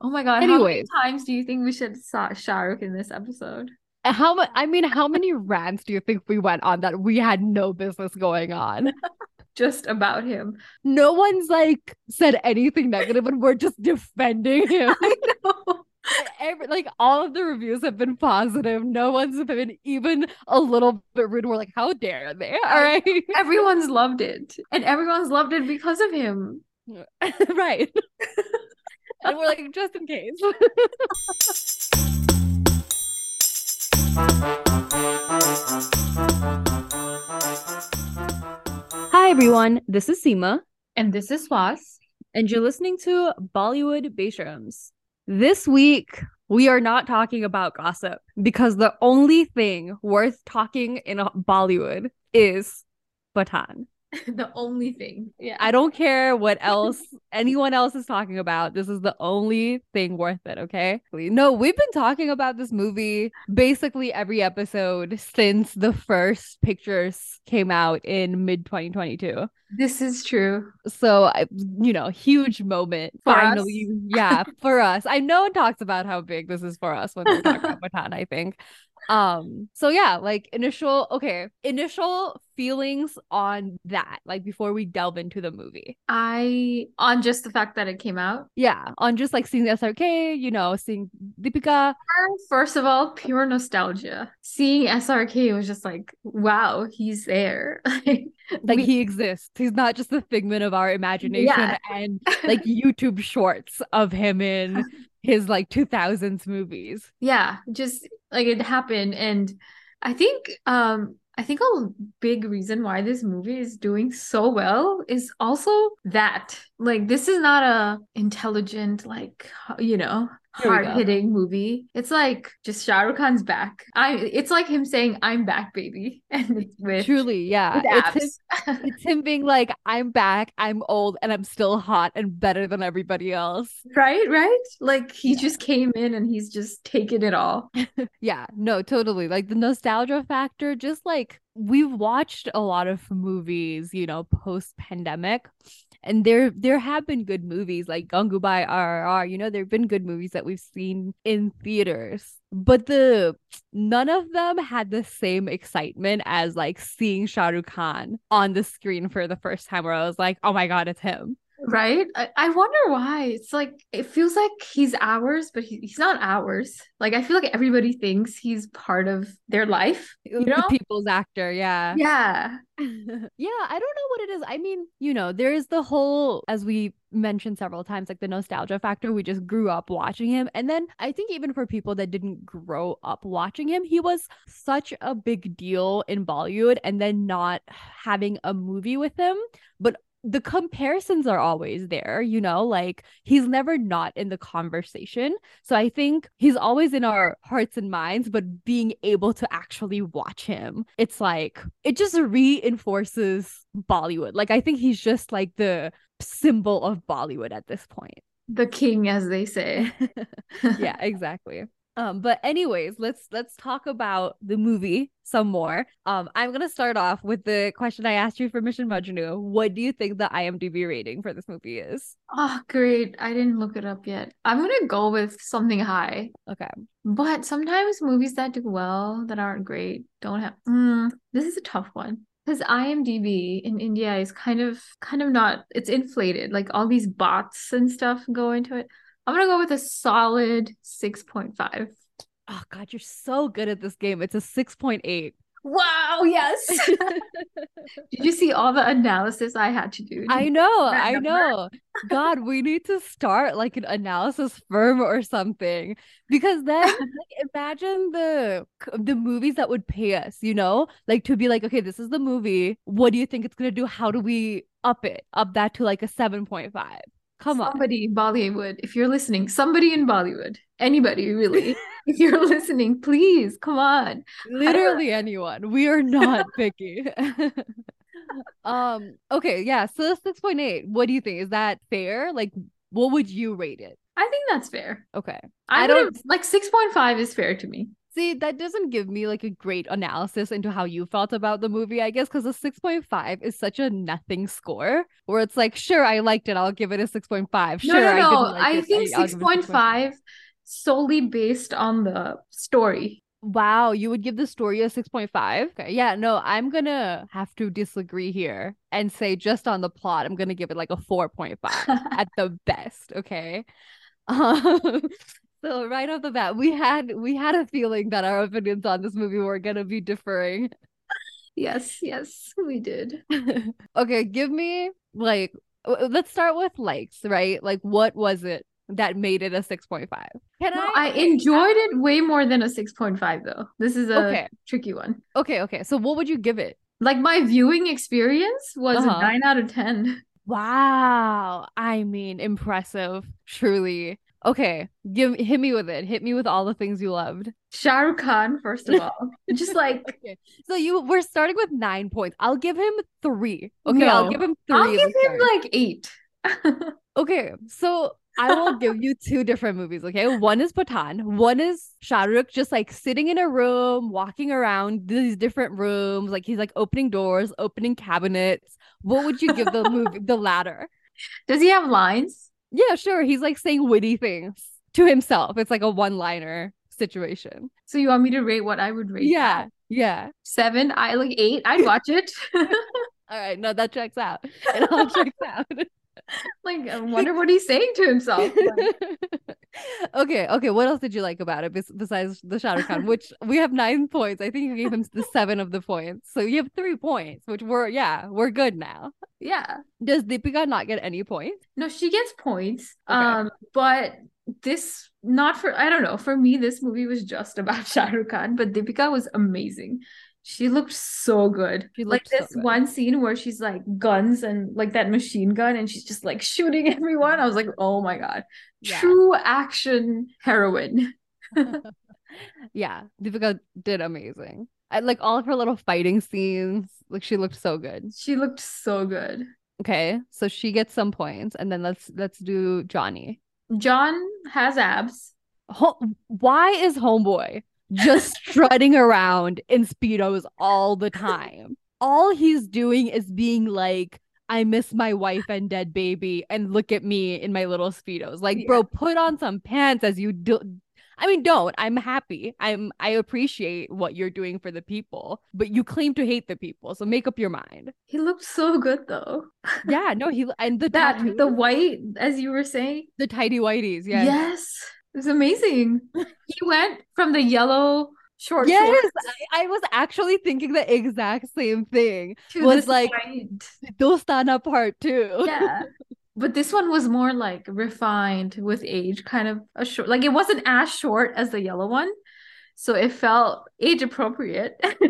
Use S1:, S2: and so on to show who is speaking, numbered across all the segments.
S1: Oh my god!
S2: Anyways.
S1: how many times do you think we should sa- Shahrukh in this episode?
S2: uh, How much? I mean, how many rants do you think we went on that we had no business going on?
S1: Just about him.
S2: No one's like said anything negative, and we're just defending him.
S1: I know.
S2: Every, like all of the reviews have been positive. No one's been even a little bit rude. We're like, how dare they? All right,
S1: Everyone's loved it, and everyone's loved it because of him.
S2: right. and we're like, just in case. Hi everyone, this is Seema.
S1: And this is Was.
S2: and you're listening to Bollywood Bashrams. This week, we are not talking about gossip because the only thing worth talking in a- Bollywood is Bhutan.
S1: the only thing. Yeah.
S2: I don't care what else anyone else is talking about. This is the only thing worth it, okay? No, we've been talking about this movie basically every episode since the first pictures came out in mid 2022
S1: This is true.
S2: so I, you know huge moment
S1: For us.
S2: finally yeah for us i know it talks about how big this is for us when we talk about Bhutan, i think um so yeah like initial okay initial feelings on that like before we delve into the movie
S1: I on just the fact that it came out.
S2: yeah on just like seeing srk you know seeing deepika
S1: First of all, pure nostalgia. Seeing SRK was just like, wow, he's there. Like,
S2: like
S1: we-
S2: he exists he's not just the figment of our imagination
S1: Yeah.
S2: and like youtube shorts of him in his like 2000s movies
S1: yeah, just like it happened. And I think um I think a big reason why this movie is doing so well is also that. Like this is not a intelligent, like you know,
S2: Here we go.
S1: hard hitting movie. It's like just Shah Rukh Khan's back. I it's like him saying, I'm back, baby. And it's with
S2: Truly, yeah.
S1: with
S2: It's him,
S1: abs.
S2: it's him being like, I'm back, I'm old, and I'm still hot and better than everybody else.
S1: Right, right? Like he just came in and he's just taking it all.
S2: Yeah, no, totally. Like the nostalgia factor, just like we've watched a lot of movies, you know, post pandemic. And there there have been good movies like Gangubai RRR, you know, there have been good movies that we've seen in theaters. But the none of them had the same excitement as like seeing Shah Rukh Khan on the screen for the first time where I was like, oh my god, it's him.
S1: Right? I, I wonder why. It's like it feels like he's ours, but he, he's not ours. Like I feel like everybody thinks he's part of their life. You
S2: the
S1: know?
S2: people's actor yeah
S1: Yeah.
S2: yeah i don't know what it is i mean you know there is the whole as we mentioned several times like the nostalgia factor we just grew up watching him and then i think even for people that didn't grow up watching him he was such a big deal in bollywood and then not having a movie with him but the comparisons are always there you know like he's never not in the conversation so I think he's always in our hearts and minds, but being able to actually watch him, it's like it just reinforces Bollywood. Like I think he's just like the symbol of Bollywood at this point.
S1: The king, as they say.
S2: yeah, exactly. Um, but anyways, let's let's talk about the movie some more. Um, I'm gonna start off with the question I asked you for Mission Majnu. What do you think the IMDb rating for this movie is?
S1: Oh, great. I didn't look it up yet. I'm gonna go with something high.
S2: Okay.
S1: But sometimes movies that do well that aren't great don't have. Mm, this is a tough one because IMDb in India is kind of kind of not. It's inflated. Like all these bots and stuff go into it. I'm gonna go with a solid six point five.
S2: Oh God, you're so good at this game. It's a six point eight.
S1: Wow! Yes. Did you see all the analysis I had to do?
S2: I know,
S1: that
S2: I
S1: number.
S2: know. God, we need to start like an analysis firm or something because then like, imagine the c- the movies that would pay us, you know, like to be like, okay, this is the movie. What do you think it's gonna do? How do we up it? Up that to like a seven point five. Come on.
S1: Somebody in Bollywood, if you're listening, somebody in Bollywood, anybody really, if you're listening, please come on.
S2: literally anyone we are not picky um okay yeah so 6.8 what do you think is that fair like what would you rate it
S1: I think that's fair.
S2: okay
S1: I,
S2: I
S1: don't like 6.5 is fair to me.
S2: See, that doesn't give me like a great analysis into how you felt about the movie, I guess, because a 6.5 is such a nothing score where it's like, sure, I liked it. I'll give it a 6.5. Sure,
S1: no, no,
S2: I
S1: no.
S2: didn't
S1: I,
S2: like it,
S1: think
S2: I'll give it a
S1: six point five solely based on the story.
S2: Wow, you would give the story a 6.5? Okay, yeah, no, I'm gonna have to disagree here and say just on the plot, I'm gonna give it like a 4.5 at the best, okay? Um, so right off the bat, we had we had a feeling that our opinions on this movie were gonna be differing.
S1: Yes, yes, we did.
S2: okay, give me like w- let's start with likes, right? Like what was it that made it a 6.5? Can
S1: No,
S2: I
S1: I enjoyed it way more than a six point five though. This is a
S2: Okay.
S1: tricky one.
S2: Okay, okay. So what would you give it?
S1: Like my viewing experience was
S2: Uh-huh.
S1: a nine out of ten.
S2: Wow. I mean, impressive, truly. Okay, give hit me with it. Hit me with all the things you loved.
S1: Shah Rukh Khan, first of all, just like
S2: Okay. So you we're starting with 9 points. I'll give him 3. Okay, I'll
S1: No.
S2: give him 3.
S1: I'll
S2: as a
S1: give him
S2: start.
S1: like eight.
S2: Okay, so I will give you two different movies, okay? One is Patan, one is Shah Rukh just like sitting in a room, walking around these different rooms, like he's like opening doors, opening cabinets. What would you give the movie the latter?
S1: Does he have lines?
S2: Yeah, sure. He's like saying witty things to himself. It's like a one-liner situation.
S1: So you want me to rate what I would rate? that?
S2: Yeah. Yeah.
S1: Seven, I like eight. I'd watch it.
S2: All right. No, that checks out. It all checks out.
S1: like I wonder what he's saying to himself. Like,
S2: okay. Okay. What else did you like about it bes- besides the Shadow Khan, which we have nine points? I think you gave him the seven of the points. So you have three points, which we're, yeah, we're good now.
S1: yeah.
S2: Does Deepika not get any points?
S1: No, she gets points.
S2: Okay.
S1: Um, but this not for I don't know. For me, this movie was just about Shah Rukh Khan, but Deepika was amazing. She looked so good.
S2: She
S1: like
S2: looked so
S1: this
S2: good.
S1: one scene where she's like guns and like that machine gun and she's just like shooting everyone. I was like, oh my God.
S2: Yeah.
S1: True action heroine.
S2: Yeah. Deepika did amazing. I like all of her little fighting scenes. Like she looked so good.
S1: She looked so good.
S2: Okay, so she gets some points, and then let's let's do Johnny.
S1: John has abs.
S2: Ho- why is Homeboy just strutting around in speedos all the time? All he's doing is being like, "I miss my wife and dead baby," and look at me in my little speedos. Like, bro, put on some pants as you do. I mean, don't. I'm happy. I'm. I appreciate what you're doing for the people, but you claim to hate the people, so make up your mind.
S1: He looked so good though.
S2: Yeah, no, he and the
S1: That
S2: tattoo,
S1: the white, as you were saying,
S2: the tidy whities. Yeah, yeah.
S1: Yes. It was amazing. He went from the yellow short
S2: Yes,
S1: shorts
S2: I, I was actually thinking the exact same thing.
S1: to
S2: was
S1: this
S2: like-
S1: white.
S2: Dostana part two.
S1: Yeah. But this one was more like refined with age, kind of a short like it wasn't as short as the yellow one. So it felt age appropriate.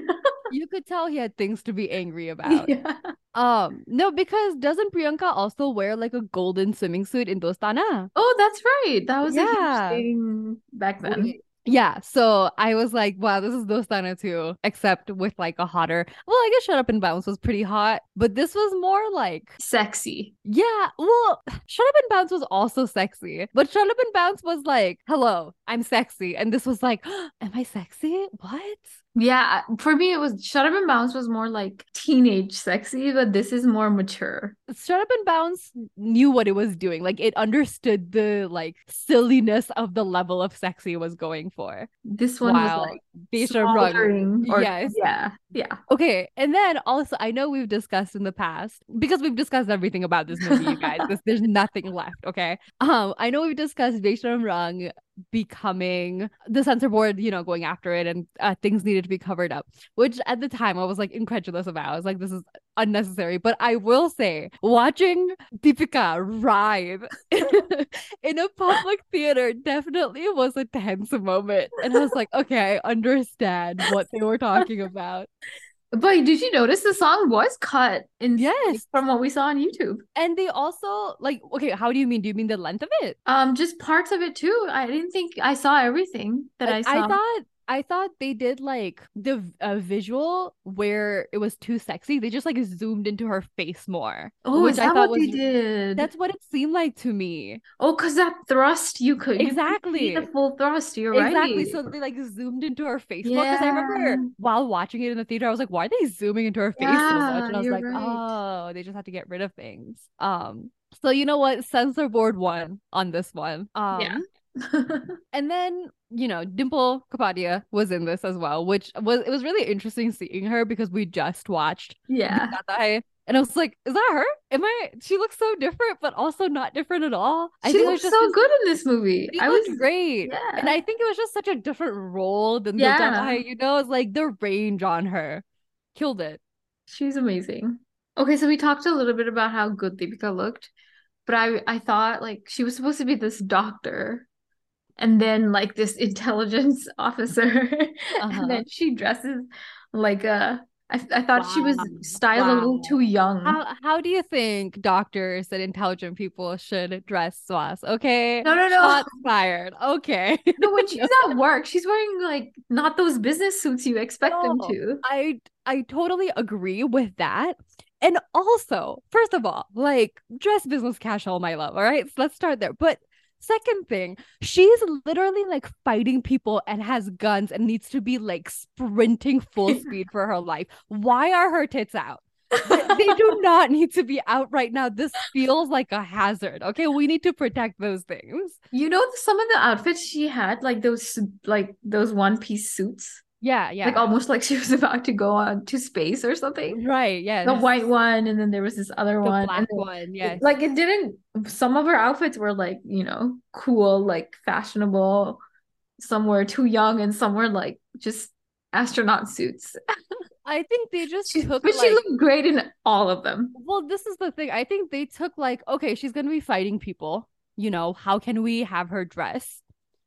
S2: You could tell he had things to be angry about.
S1: yeah.
S2: Um, no, because doesn't Priyanka also wear like a golden swimming suit in Dostana?
S1: Oh, that's right. That was
S2: Yeah.
S1: a huge thing back then.
S2: Wait. Yeah, so I was like, wow, this is Dostana too, except with like a hotter. Well, I guess Shut Up and Bounce was pretty hot, but this was more like
S1: Sexy.
S2: Yeah, well, Shut Up and Bounce was also sexy, but Shut Up and Bounce was like, hello, I'm sexy. And this was like, am I sexy? What?
S1: Yeah. For me it was Shut Up and Bounce was more like teenage sexy, but this is more mature.
S2: Shut Up and Bounce knew what it was doing. Like, it understood the like silliness of the level of sexy it was going for.
S1: This one
S2: Wow.
S1: was like
S2: Deja Brung.
S1: smoldering or
S2: Yes.
S1: yeah yeah
S2: Okay, and then also, I know we've discussed in the past because we've discussed everything about this movie, you guys. This, there's nothing left. Okay, um, I know we've discussed Vaishnav Rang becoming the censor board, you know, going after it, and uh, things needed to be covered up, which at the time I was like incredulous about. I was like, this is unnecessary. But I will say, watching Deepika writhe in a public theater definitely was a tense moment, and I was like, okay, I understand what they were talking about.
S1: but did you notice the song was cut in like,
S2: Yes.
S1: from what we saw on youtube
S2: And they also like okay, how do you mean? Do you mean the length of it?
S1: um just parts of it too i didn't think i saw everything that i,
S2: Like,
S1: saw
S2: thought I thought they did like the v- uh, visual where it was too sexy. They just like zoomed into her face more.
S1: Oh,
S2: which
S1: is
S2: I
S1: that
S2: thought
S1: what they
S2: was-
S1: did?
S2: That's what it seemed like to me.
S1: oh, because that thrust you could you could see the
S2: Exactly.
S1: full thrust. You're
S2: Exactly.
S1: right.
S2: So they like zoomed into her face more because I
S1: Yeah.
S2: remember while watching it in the theater, I was like, "Why are they zooming into her face so much?"
S1: Yeah,
S2: And I was
S1: you're
S2: like,
S1: right.
S2: "Oh, they just have to get rid of things." Um. So you know what? Censor board won on this one. Um.
S1: Yeah.
S2: And then, you know, Dimple Kapadia was in this as well, which was it was really interesting seeing her because we just watched
S1: yeah.
S2: Dadae, and I was like, is that her? Am I she looks so different, but also not different at all. I
S1: She
S2: think it
S1: looks
S2: was just
S1: so
S2: this-
S1: good in this movie.
S2: She
S1: I
S2: looked
S1: was
S2: great. And
S1: yeah.
S2: I think it was just such a different role than the
S1: Yeah.
S2: Dadae, you know, it's like the range on her. Killed it.
S1: She's amazing. Okay, so we talked a little bit about how good Deepika looked, but I I thought like she was supposed to be this doctor and then like this intelligence officer
S2: Uh-huh.
S1: and then she dresses like a I, I thought she was
S2: Wow.
S1: styled a little
S2: Wow.
S1: too young.
S2: How how do you think doctors and intelligent people should dress Swas? Okay.
S1: No, no, no.
S2: Shots fired. Okay.
S1: No, when she's at work, she's wearing like not those business suits you expect them
S2: No,
S1: to.
S2: I I totally agree with that. And also, first of all, like dress business casual, my love. All right, so let's start there. But second thing, she's literally like fighting people and has guns and needs to be like sprinting full
S1: Yeah.
S2: speed for her life. Why are her tits out? Th- they do not need to be out right now. This feels like a hazard. Okay, we need to protect those things.
S1: You know, some of the outfits she had, like those like those one-piece suits,
S2: Yeah, yeah.
S1: like almost like she was about to go on to space or something.
S2: right, yeah.
S1: The
S2: this-
S1: white one, and then there was this other
S2: the
S1: one,
S2: black
S1: and then-
S2: one. Yes.
S1: like it didn't. Some of her outfits were like you know cool, like fashionable. Some were too young, and some were like just astronaut suits.
S2: I think they just
S1: She,
S2: took
S1: but she
S2: like
S1: looked great in all of them.
S2: Well, this is the thing. I think they took like, okay, she's gonna be fighting people. You know, how can we have her dress?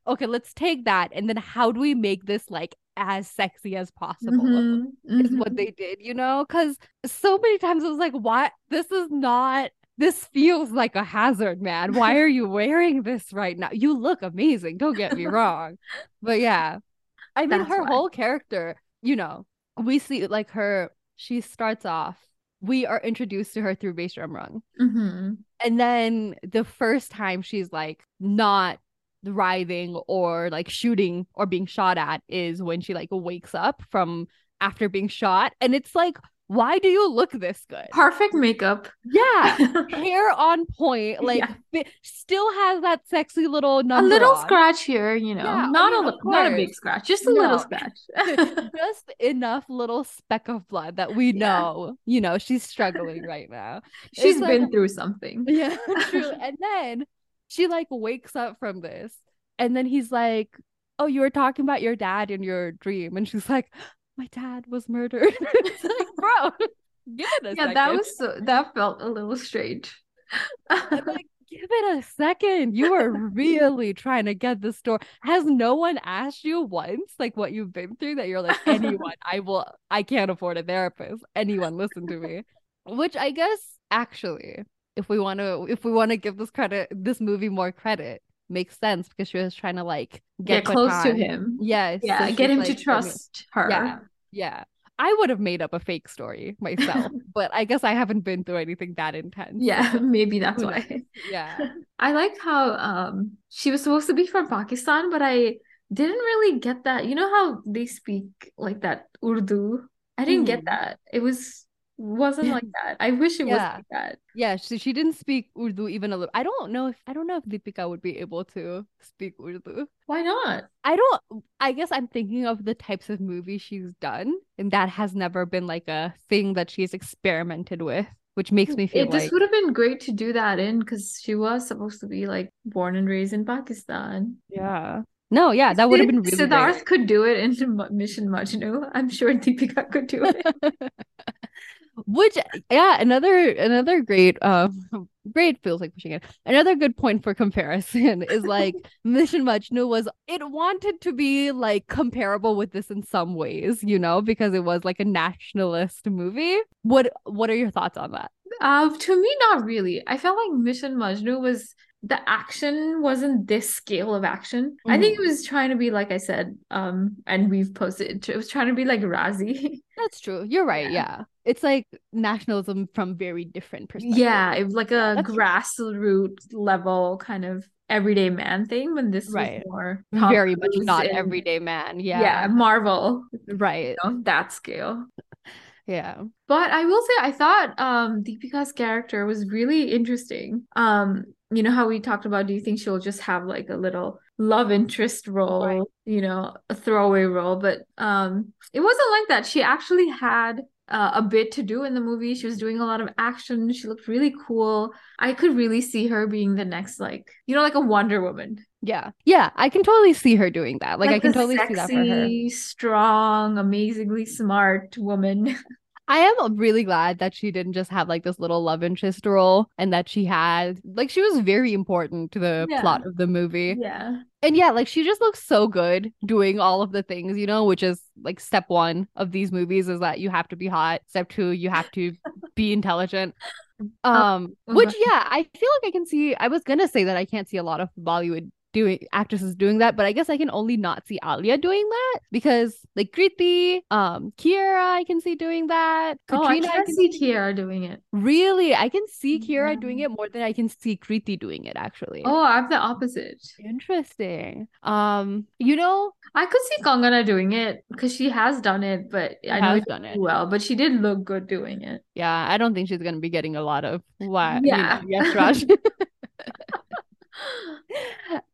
S2: Okay, let's take that, and then how do we make this like as sexy as possible?
S1: Mhm,
S2: Is what
S1: mhm.
S2: they did, you know? Because so many times I was like, why? This is not. This feels like a hazard, man. Why are you wearing this right now? You look amazing. Don't get me wrong, but yeah, I mean,
S1: That's
S2: her
S1: why.
S2: whole character, you know, we see like her, she starts off, we are introduced to her through Baestrom Rung.
S1: Mhm.
S2: And then the first time she's like not writhing or like shooting or being shot at is when she like wakes up from after being shot. And it's like, why do you look this good?
S1: Perfect makeup.
S2: Yeah. Hair on point, like
S1: Yeah.
S2: bi- still has that sexy little
S1: A
S2: number.
S1: little
S2: on.
S1: scratch here, you know,
S2: Yeah, I
S1: not
S2: mean,
S1: a
S2: of
S1: li- not a big
S2: course.
S1: scratch, just a little
S2: No.
S1: scratch.
S2: just enough little speck of blood that we
S1: Yeah.
S2: know, you know, she's struggling right now.
S1: She's
S2: like-
S1: been through something.
S2: Yeah, true. And then she like wakes up from this, and then he's like, "Oh, you were talking about your dad in your dream," and she's like, "My dad was murdered." It's like, bro, give it a
S1: Yeah,
S2: second.
S1: that was so, that felt a little strange.
S2: I'm like, give it a second. You are really trying to get this story. Has no one asked you once, like what you've been through, that you're like, anyone, I will, I can't afford a therapist. Anyone, listen to me. Which I guess, actually, if we want to, if we want to give this credit, this movie more credit, makes sense because she was trying to like
S1: Get
S2: get,
S1: close to
S2: Patan.
S1: him.
S2: Yes. so
S1: Yeah, get him
S2: she's
S1: to
S2: like, "Let me-
S1: trust her.
S2: yeah. Yeah. I would have made up a fake story myself, but I guess I haven't been through anything that intense.
S1: Yeah, maybe that's
S2: Who
S1: why.
S2: knows? Oh, Yeah.
S1: I liked how um she was supposed to be from Pakistan, but I didn't really get that. You know how they speak like that Urdu? I didn't get
S2: Mhm.
S1: that. It was wasn't like that. I wish it was
S2: Yeah.
S1: like that.
S2: Yeah, she, she didn't speak Urdu even a little. I don't know if I don't know if Deepika would be able to speak Urdu.
S1: Why not?
S2: I don't I guess I'm thinking of the types of movies she's done, and that has never been like a thing that she's experimented with, which makes me feel
S1: It
S2: like
S1: just would have been great to do that in because she was supposed to be like born and raised in Pakistan.
S2: yeah. No, yeah, that would have been
S1: Sid-
S2: really
S1: Siddharth
S2: great.
S1: could do it in M- Mission Majnu. I'm sure Deepika could do it.
S2: Which yeah, another another great uh great feels like pushing it. Another good point for comparison is like Mission Majnu was it wanted to be like comparable with this in some ways, you know, because it was like a nationalist movie. What what are your thoughts on that?
S1: Uh, to me, not really. I felt like Mission Majnu was the action wasn't this scale of action. I think
S2: Mm-hmm.
S1: it was trying to be like I said, um, and we've posted. It was trying to be like Razzie.
S2: That's true. You're right.
S1: Yeah.
S2: Yeah. It's like nationalism from very different perspectives.
S1: yeah, it was like a
S2: that's true.
S1: grassroots level kind of everyday man thing. When this
S2: Right.
S1: was more Tom
S2: Very much
S1: Cruise
S2: not
S1: and-
S2: everyday man.
S1: Yeah,
S2: Yeah.
S1: Marvel,
S2: Right.
S1: you know, that scale.
S2: Yeah.
S1: But I will say I thought um Deepika's character was really interesting. Um, you know how we talked about do you think she'll just have like a little love interest role,
S2: Right.
S1: you know, a throwaway role, but um it wasn't like that. She actually had uh, a bit to do in the movie. She was doing a lot of action. She looked really cool. I could really see her being the next like, you know, like a Wonder Woman.
S2: Yeah. Yeah. I can totally see her doing that. Like, I can
S1: the
S2: totally see that for her.
S1: sexy, strong, amazingly smart woman.
S2: I am really glad that she didn't just have like this little love interest role and that she had like she was very important to the
S1: Yeah.
S2: plot of the movie.
S1: yeah.
S2: And yeah, like she just looks so good doing all of the things, you know, which is like step one of these movies is that you have to be hot. Step two, you have to be intelligent.
S1: Uh,
S2: Um, which
S1: uh-huh.
S2: yeah, I feel like I can see. I was gonna say that I can't see a lot of Bollywood doing actresses doing that, but I guess I can only not see Alia doing that because like Kriti, um, Kiera, I can see doing that.
S1: Oh, I
S2: Katrina,
S1: can't see Kiara doing it.
S2: Really, I can see Kiera
S1: Yeah.
S2: doing it more than I can see Kriti doing it. Actually,
S1: Oh, I'm the opposite.
S2: interesting. Um, you know,
S1: I could see Kangana doing it because she has done it, but I know
S2: has
S1: she
S2: done
S1: didn't
S2: it.
S1: do well, but she did look good doing it.
S2: Yeah, I don't think she's gonna be getting a lot of what you
S1: Yeah.
S2: know, yes, Raj.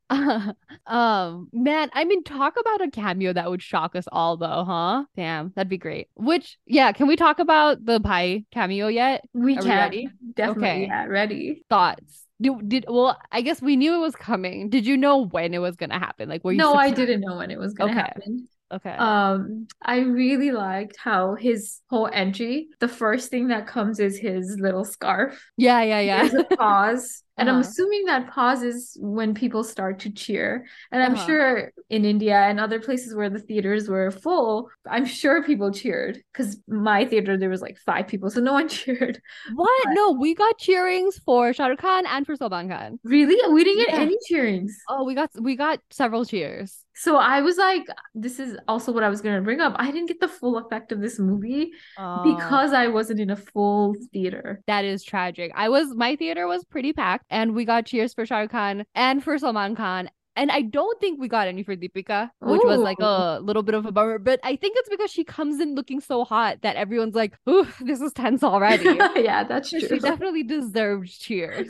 S2: um, man, I mean, talk about a cameo that would shock us all, though, huh? Damn, that'd be great. Which, yeah, can we talk about the pie cameo yet?
S1: We
S2: Are we
S1: can
S2: ready?
S1: definitely,
S2: Okay.
S1: yeah, ready.
S2: Thoughts? Did, did well? I guess we knew it was coming. Did you know when it was gonna happen? Like, were you?
S1: No, I
S2: surprised?
S1: didn't know when it was gonna
S2: Okay.
S1: happen.
S2: Okay.
S1: Um, I really liked how his whole entry, the first thing that comes is his little scarf.
S2: yeah, yeah, yeah.
S1: There's a pause. And I'm
S2: Uh-huh.
S1: assuming that pause is when people start to cheer. And I'm
S2: Uh-huh.
S1: sure in India and other places where the theaters were full, I'm sure people cheered because my theater, there was like five people. So no one cheered.
S2: What? No, we got cheerings for Shah Rukh Khan and for Salman Khan.
S1: Really? We didn't get
S2: Yeah.
S1: any cheerings.
S2: Oh, we got we got several cheers.
S1: So I was like, this is also what I was going to bring up. I didn't get the full effect of this movie
S2: Oh.
S1: because I wasn't in a full theater.
S2: That is tragic. I was my theater was pretty packed, and we got cheers for Shah Rukh Khan and for Salman Khan. And I don't think we got any for Deepika, which was like
S1: Ooh.
S2: a little bit of a bummer. But I think it's because she comes in looking so hot that everyone's like, "Ooh, this is tense already." So
S1: yeah, that's true.
S2: she definitely deserved cheers.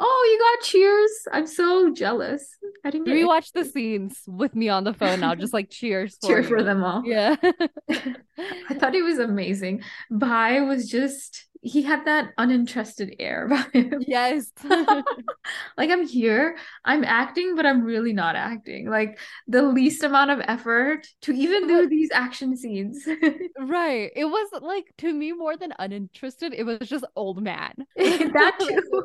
S1: Oh, you got cheers. I'm so jealous. I didn't get any
S2: Rewatch the scenes with me on the phone. I'll just like cheers for
S1: cheer for
S2: you.
S1: them all.
S2: Yeah.
S1: I thought he was amazing. Bai was just he had that uninterested air about him.
S2: yes.
S1: Like I'm here, I'm acting, but I'm really not acting. Like the least amount of effort to even do these action scenes.
S2: Right. It was like to me more than uninterested. It was just old man.
S1: that too.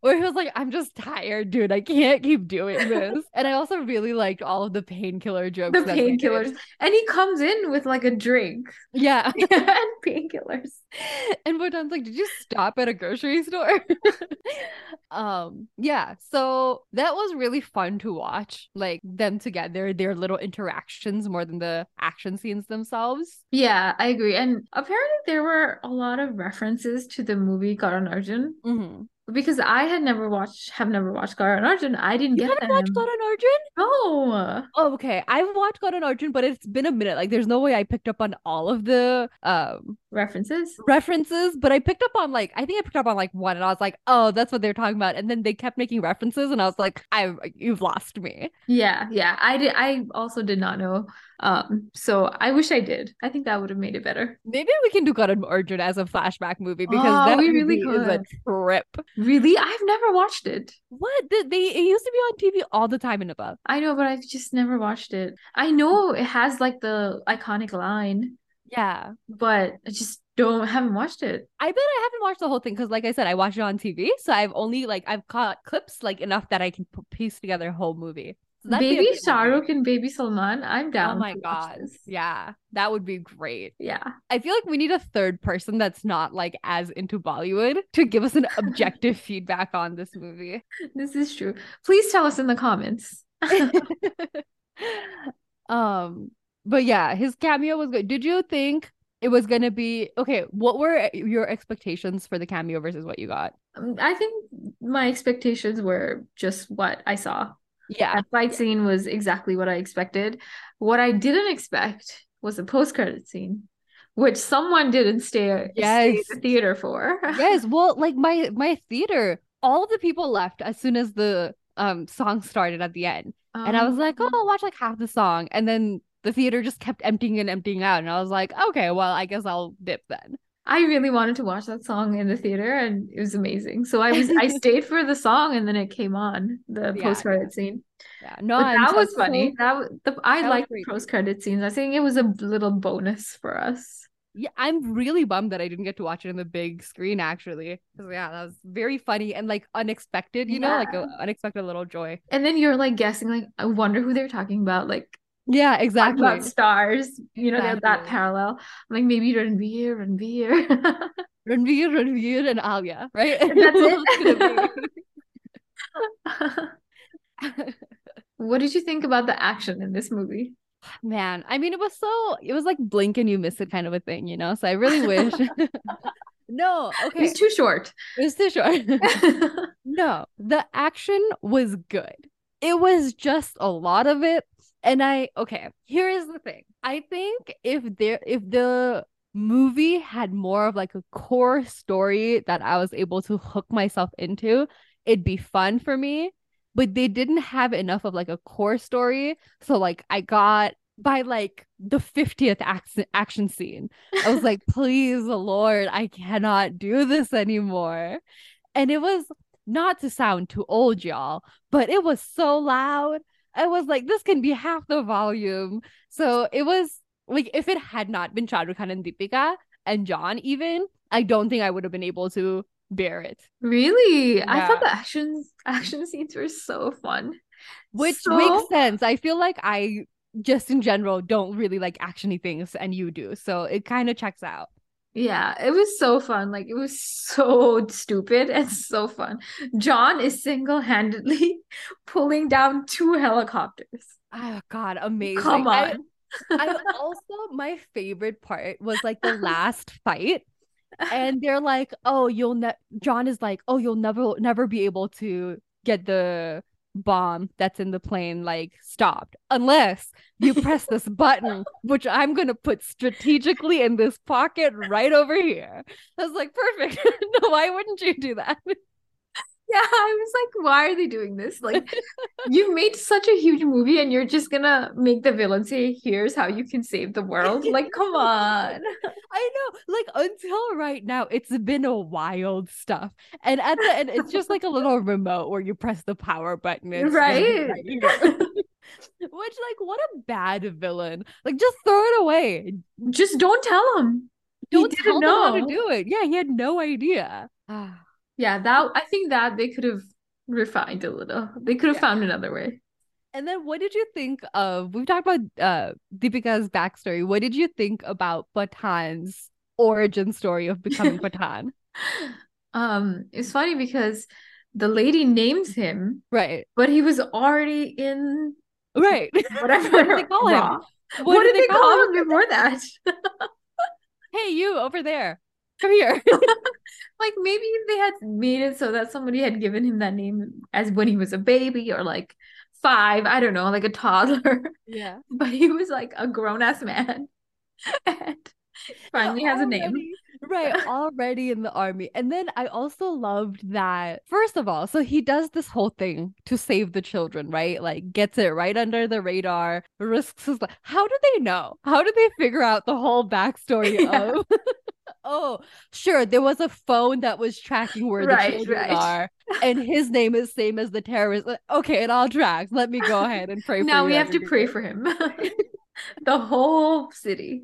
S2: Where he was like, I'm just tired, dude. I can't keep doing this. and I also really liked all of the painkiller jokes.
S1: The
S2: that they did.
S1: painkillers. And he comes in with like a drink
S2: Yeah.
S1: and painkillers.
S2: and Bhutan's like, did you stop at a grocery store? um, yeah. So that was really fun to watch. Like them together, their little interactions more than the action scenes themselves.
S1: Yeah, I agree. And apparently there were a lot of references to the movie Karan Arjun
S2: Mm-hmm.
S1: because I had never watched have never watched Karan Arjun. I didn't
S2: You
S1: get
S2: haven't watched
S1: them.
S2: Karan Arjun?
S1: No.
S2: um Oh, okay. I've watched God on Arjun, but it's been a minute. Like, there's no way I picked up on all of the um
S1: References?
S2: references, but I picked up on like I think I picked up on like one, and I was like, oh, that's what they're talking about. And then they kept making references, and I was like, I you've lost me.
S1: Yeah, yeah. I did I also did not know. Um, so I wish I did. I think that would have made it better.
S2: Maybe we can do God on Arjun as a flashback movie because
S1: Oh,
S2: that
S1: we really
S2: movie is a
S1: could.
S2: trip.
S1: Really? I've never watched it.
S2: What Th- they it used to be on TV all the time in above.
S1: I know, but I've just never watched it. I know it has like the iconic line,
S2: Yeah.
S1: but I just don't haven't watched it.
S2: I bet I haven't watched the whole thing because, like I said, I watched it on TV. So I've only like I've caught clips like enough that I can p- piece together a whole movie. that'd be a
S1: baby
S2: good
S1: Shah
S2: movie.
S1: Rukh and baby Salman. I'm down.
S2: Oh my
S1: to watch
S2: god.
S1: this.
S2: Yeah. That would be great.
S1: Yeah.
S2: I feel like we need a third person that's not like as into Bollywood to give us an objective feedback on this movie.
S1: This is true. Please tell us in the comments.
S2: um but yeah, his cameo was good. Did you think it was going to be okay, what were your expectations for the cameo versus what you got?
S1: Um, I think my expectations were just what I saw.
S2: Yeah.
S1: That fight scene was exactly what I expected. What I didn't expect was a post credit scene, which someone didn't stay, stay
S2: Yes.
S1: at the theater for.
S2: yes, well, like my my theater, all of the people left as soon as the um song started at the end. And I was like, oh,
S1: Um,
S2: I'll watch like half the song. And then the theater just kept emptying and emptying out. And I was like, okay, well, I guess I'll dip then.
S1: I really wanted to watch that song in the theater, and it was amazing. So I was I stayed for the song, and then it came on the
S2: Yeah,
S1: post credit scene.
S2: Yeah. No,
S1: But
S2: I'm
S1: that
S2: so
S1: was funny. That was, the, I
S2: That was
S1: like
S2: great.
S1: post credit scenes. I think it was a little bonus for us.
S2: Yeah, I'm really bummed that I didn't get to watch it in the big screen actually. 'Cause, yeah, that was very funny and like unexpected, you know, like a unexpected little joy.
S1: And then you're like guessing, like I wonder who they're talking about. Like
S2: Yeah,
S1: talking
S2: exactly.
S1: about stars, you know, they're that
S2: Exactly.
S1: parallel. I'm like maybe Ranveer, Ranveer.
S2: Ranveer, Ranveer, and Alia, right?
S1: That's it.
S2: gonna be-
S1: what did you think about the action in this movie?
S2: Man, I mean, it was so, it was like blink and you miss it kind of a thing, you know? So I really wish. no,
S1: It
S2: okay.
S1: was too short.
S2: It's too short. No, the action was good. It was just a lot of it. And I okay, here is the thing. I think if there if the movie had more of like a core story that I was able to hook myself into, it'd be fun for me. But they didn't have enough of like a core story. So like I got by like the 50th action action scene. I was like, please Lord, I cannot do this anymore. And it was not to sound too old, y'all, but it was so loud. I was like, this can be half the volume. So it was like, if it had not been Shah Rukh Khan and Deepika and John, even, I don't think I would have been able to bear it.
S1: Really? I
S2: Yeah.
S1: thought the action action scenes were so fun.
S2: Which
S1: So-
S2: makes sense. I feel like I just in general don't really like actiony things, and you do. So it kind of checks out.
S1: Yeah, it was so fun. Like it was so stupid and so fun. John is single-handedly pulling down two helicopters.
S2: Oh God, amazing.
S1: Come
S2: I-
S1: on.
S2: I also my favorite part was like the last fight. And they're like, "Oh, you'll ne-" John is like, "Oh, you'll never never be able to get the bomb that's in the plane like stopped unless you press this button, which I'm going to put strategically in this pocket right over here." I was like, "Perfect. no, why wouldn't you do that?"
S1: Yeah, I was like, why are they doing this? Like, you've made such a huge movie and you're just gonna make the villain say, here's how you can save the world. Like, come on.
S2: I know, like until right now, it's been a wild stuff. And at the end, it's just like a little remote where you press the power button. and it's
S1: Right.
S2: right here. Which, like, what a bad villain. Like, just throw it away.
S1: Just don't tell him. He
S2: Don't
S1: didn't
S2: tell them how to
S1: know.
S2: do it. Yeah, he had no idea. Ah,
S1: Yeah, that I think that they could have refined a little. They could have
S2: Yeah.
S1: found another way.
S2: and then what did you think of? We've talked about uh Deepika's backstory. What did you think about Pathan's origin story of becoming Pathan?
S1: Um, it's funny because the lady names him,
S2: Right.
S1: but he was already in
S2: Right.
S1: whatever
S2: What did they call him?
S1: Raw. What, did they, call him before that?
S2: hey you over there come here
S1: like maybe if they had made it so that somebody had given him that name as when he was a baby or like five, I don't know, like a toddler,
S2: yeah
S1: but he was like a grown ass man. and finally has a name.
S2: right already in the army and then i also loved that first of all so he does this whole thing to save the children right like gets it right under the radar risks his life how do they know how do they figure out the whole backstory
S1: Yeah.
S2: of oh sure there was a phone that was tracking where
S1: Right,
S2: the children
S1: right.
S2: are and his name is same as the terrorist okay it all tracks let me go ahead and pray for
S1: Now
S2: you
S1: we have to
S2: everybody.
S1: pray for him. the whole city.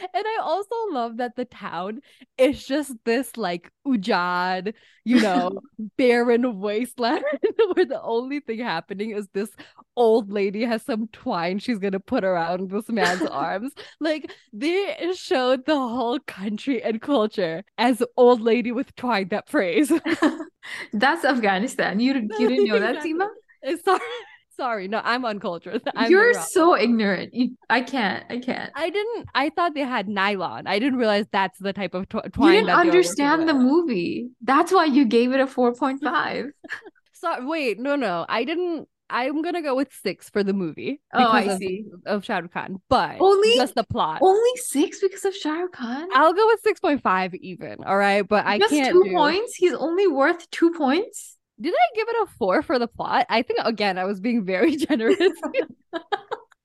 S2: And I also love that the town is just this like Ujad, you know, barren wasteland where the only thing happening is this old lady has some twine she's gonna put around this man's arms. Like they showed the whole country and culture as old lady with twine that prays.
S1: That's Afghanistan. You you didn't know that, Seema?
S2: sorry, Eh, sorry, no, I'm uncultured. I'm
S1: You're
S2: wrong.
S1: so ignorant. You, I can't. I can't.
S2: I didn't. I thought they had nylon. I didn't realize that's the type of tw-
S1: You
S2: twine.
S1: didn't
S2: that they were working
S1: understand the
S2: with.
S1: movie. That's why you gave it a 4.5.
S2: So wait, no, no, I didn't. I'm gonna go with six for the movie
S1: Oh, I
S2: because
S1: see.
S2: of, of Shah Rukh Khan, but
S1: Only-
S2: just the plot.
S1: Only six because of Shah Rukh Khan?
S2: I'll go with six point five even. All right, but I
S1: Just
S2: can't.
S1: two
S2: do-
S1: points? He's only worth two points?
S2: Did I give it a four for the plot? I think again I was being very generous.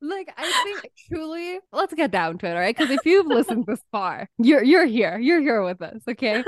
S2: Like I think truly, let's get down to it, all right? Because if you've listened this far, you're you're here, you're here with us, okay?